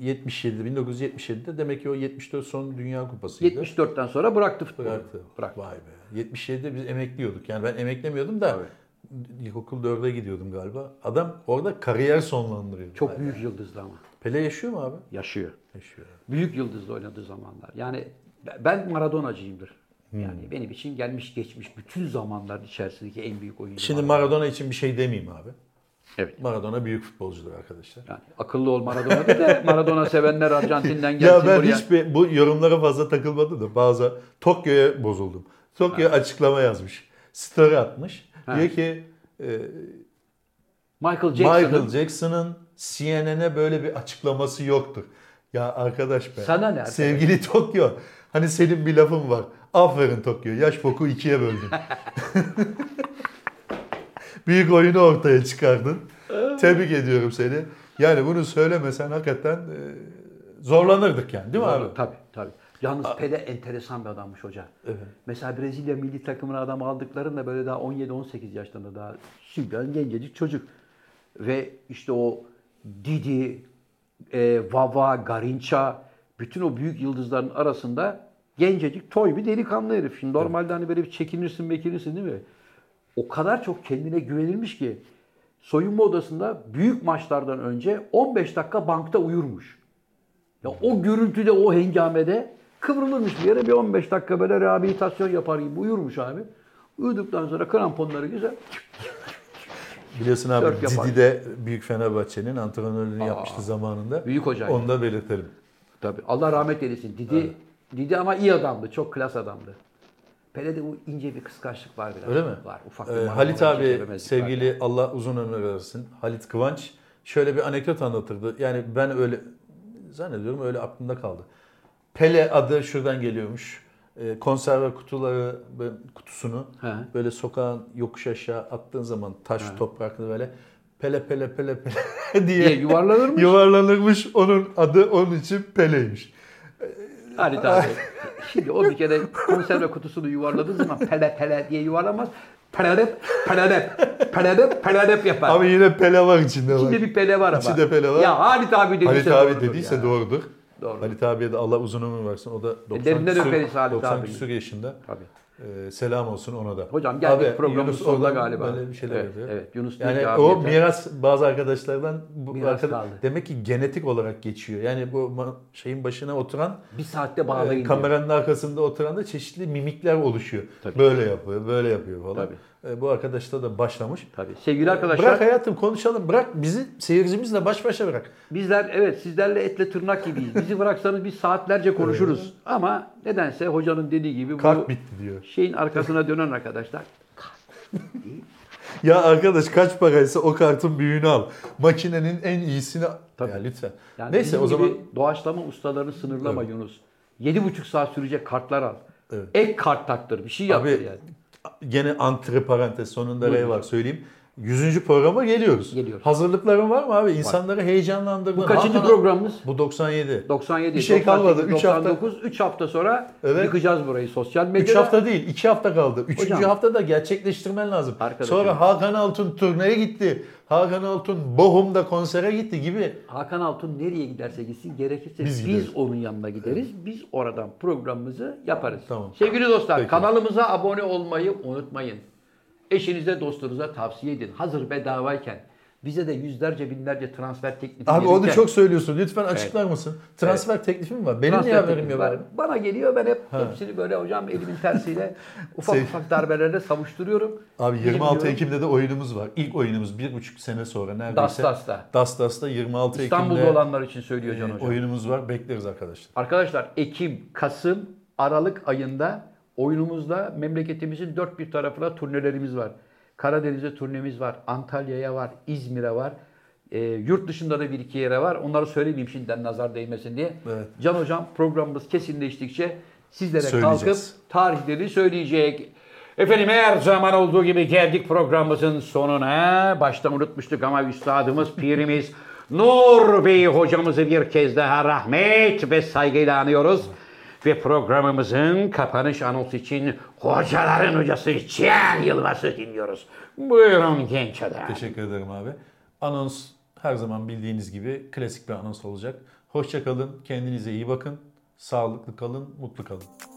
B: 77 1977'de demek ki o 74 son Dünya Kupasıydı.
A: 74'ten sonra bıraktı futbolu.
B: Bıraktı.
A: Bıraktı.
B: Vay be. 77'de biz emekliyorduk. Yani ben emeklemiyordum da ilkokul 4'e gidiyordum galiba. Adam orada kariyer sonlandırıyor.
A: Çok
B: Vay.
A: büyük yıldızdı ama.
B: Pele yaşıyor mu abi?
A: Yaşıyor.
B: Yaşıyor.
A: Büyük yıldızla oynadığı zamanlar. Yani ben Maradona'cıyımdır.
B: Hmm.
A: Yani benim için gelmiş geçmiş bütün zamanlar içerisindeki en büyük oyuncu.
B: Şimdi
A: Maradona.
B: Maradona için bir şey demeyeyim abi.
A: Evet.
B: Maradona büyük futbolcudur arkadaşlar.
A: Yani akıllı ol Maradona de de Maradona sevenler Arjantin'den
B: Ya
A: gelsin
B: ben
A: buraya.
B: hiç bir- bu yorumlara fazla takılmadım da bazı Tokyo'ya bozuldum. Tokyo açıklama yazmış. Story atmış. Diyor ki
A: Michael Jackson'ın
B: Michael Jackson'ın CNN'e böyle bir açıklaması yoktur. Ya arkadaş be.
A: Sana ne arkadaş?
B: Sevgili Tokyo. Hani senin bir lafın var. Aferin Tokyo. Yaş boku ikiye böldün. Büyük oyunu ortaya çıkardın. Tebrik ediyorum seni. Yani bunu söylemesen hakikaten e, zorlanırdık yani değil mi abi?
A: Tabii tabii. Yalnız Pele enteresan bir adammış hoca. Mesela Brezilya milli takımına adam aldıklarında böyle daha 17-18 yaşlarında daha süper gencecik çocuk. Ve işte o Didi, e, Vava, Garinça bütün o büyük yıldızların arasında gencecik toy bir delikanlı herif. Şimdi normalde hani böyle bir çekinirsin mekinirsin değil mi? O kadar çok kendine güvenilmiş ki soyunma odasında büyük maçlardan önce 15 dakika bankta uyurmuş. Ya o gürültüde, o hengamede kıvrılırmış bir yere bir 15 dakika böyle rehabilitasyon yapar gibi uyurmuş abi. Uyuduktan sonra kramponları güzel.
B: Biliyorsun abi
A: Dört yapar.
B: Didi de Büyük Fenerbahçe'nin antrenörlüğünü yapmıştı zamanında.
A: büyük hocaydı.
B: Onu da belirtelim.
A: Tabii Allah rahmet eylesin. Didi Didi ama iyi adamdı, çok klas adamdı. Pele'de bu ince bir kıskançlık var biraz.
B: Öyle mi?
A: Var. Ufak bir
B: Ee,
A: Maradona
B: Halit abi
A: çekememezlik var.
B: sevgili Allah uzun ömür versin. Halit Kıvanç şöyle bir anekdot anlatırdı. Yani ben öyle zannediyorum öyle aklımda kaldı. Pele adı şuradan geliyormuş. Ee, konserve kutuları böyle kutusunu
A: He.
B: böyle sokağın yokuş aşağı attığın zaman taş topraklı böyle pele pele pele pele diye,
A: Diye yuvarlanırmış.
B: yuvarlanırmış. Onun adı onun için Pele'ymiş.
A: Halit abi. Şimdi o bir kere konserve kutusunu yuvarladığı zaman pele pele diye yuvarlamaz. Peledep, peledep, peledep, peledep yapar.
B: Ama yine Pele var içinde.
A: İçinde
B: bak.
A: bir pele var ama.
B: İçinde pele var.
A: Ya Halit abi dediyse
B: Halit abi
A: doğrudur
B: dediyse
A: ya.
B: doğrudur.
A: Doğru.
B: Halit abiye de Allah uzun ömür versin. O da 90
A: Ellerinden
B: küsür,
A: E, öperiz Halit
B: 90
A: abimi.
B: küsür yaşında.
A: Tabii.
B: Ee, Ee, selam olsun ona da.
A: Hocam geldik
B: Abi,
A: programın
B: Yunus
A: sonunda
B: oradan
A: galiba.
B: Böyle bir şeyler
A: Evet,
B: yapıyor.
A: evet, Yunus diyor ki
B: yani
A: abi
B: o
A: yeter.
B: miras bazı arkadaşlardan bu
A: Miras
B: arkadaş-
A: kaldı.
B: demek ki genetik olarak geçiyor. Yani bu ma- şeyin başına oturan
A: Bir saatte
B: e,
A: bağlayın. diyor.
B: kameranın arkasında oturan da çeşitli mimikler oluşuyor. Böyle yapıyor, böyle yapıyor falan. E, bu arkadaşla da başlamış.
A: Tabii. Sevgili arkadaşlar
B: Bırak hayatım konuşalım. Bırak bizi seyircimizle baş başa bırak.
A: bizler evet sizlerle etle tırnak gibiyiz. Bizi bıraksanız biz saatlerce konuşuruz. Ama nedense hocanın dediği gibi bu
B: Kalk bitti diyor.
A: şeyin arkasına dönen arkadaşlar.
B: Ya arkadaş kaç paraysa o kartın büyüğünü al. Makinenin en iyisini
A: Tabii.
B: Ya lütfen.
A: Yani
B: Neyse
A: bizim
B: o zaman
A: gibi doğaçlama ustalarını sınırlama Yunus. Yedi buçuk saat sürecek kartlar al.
B: Evet.
A: Ek kart taktır. Bir şey yap
B: Abi,
A: yani.
B: gene antre parantez sonunda R var söyleyeyim. 100. programa geliyoruz.
A: Geliyoruz.
B: Hazırlıkların var mı abi? İnsanları heyecanlandırdın.
A: Bu kaçıncı
B: Hakan-
A: programımız?
B: Bu 97.
A: 97,
B: Bir şey kalmadı.
A: 98,
B: 3 hafta.
A: 99, 3 hafta sonra
B: Evet.
A: yıkacağız burayı sosyal medyada.
B: 3 hafta değil, 2 hafta kaldı. 3.
A: Hocam.
B: haftada gerçekleştirmen lazım.
A: Arkadaşım.
B: Sonra Hakan Altun turneye gitti. Hakan Altun Bohum'da konsere gitti gibi.
A: Hakan Altun nereye giderse gitsin gerekirse
B: Biz
A: biz,
B: gideriz.
A: onun yanına gideriz. Biz oradan programımızı yaparız.
B: Tamam.
A: Sevgili dostlar
B: Peki.
A: kanalımıza abone olmayı unutmayın. Eşinize dostunuza tavsiye edin. Hazır bedavayken bize de yüzlerce binlerce transfer teklifi
B: Abi onu
A: gelirken-
B: çok söylüyorsun. Lütfen açıklar mısın? Transfer teklifi mi var? Benim niye
A: Transfer
B: haberim
A: teklifi
B: yok?
A: var.
B: abi?
A: Bana geliyor ben hep hepsini böyle hocam elimin tersiyle ufak
B: Sev-
A: ufak darbelerle savuşturuyorum.
B: Abi
A: Bizim
B: 26
A: diyorum,
B: Ekim'de de oyunumuz var. İlk oyunumuz bir buçuk sene sonra neredeyse.
A: Das Das'ta.
B: Das Das'ta 26
A: İstanbul'da
B: Ekim'de
A: olanlar için söylüyor Can
B: e,
A: Hocam.
B: oyunumuz var. Bekleriz arkadaşlar.
A: Arkadaşlar Ekim, Kasım, Aralık ayında oyunumuzla memleketimizin dört bir tarafına turnelerimiz var. Karadeniz'e turnemiz var, Antalya'ya var, İzmir'e var. Ee, yurt dışında da bir iki yere var. Onları söylemeyeyim şimdiden nazar değmesin diye.
B: Evet.
A: Can Hocam programımız kesinleştikçe sizlere kalkıp
B: Söyleyeceğiz.
A: tarihleri söyleyecek. Efendim her zaman olduğu gibi geldik programımızın sonuna. Başta unutmuştuk ama üstadımız, pirimiz Nur Bey hocamızı bir kez daha rahmet ve saygıyla anıyoruz. Ve programımızın kapanış anonsu için hocaların hocası Cihan Yılmaz'ı dinliyoruz. Buyurun genç adam.
B: Teşekkür ederim abi. Anons her zaman bildiğiniz gibi klasik bir anons olacak. Hoşça kalın. Kendinize iyi bakın. Sağlıklı kalın. Mutlu kalın.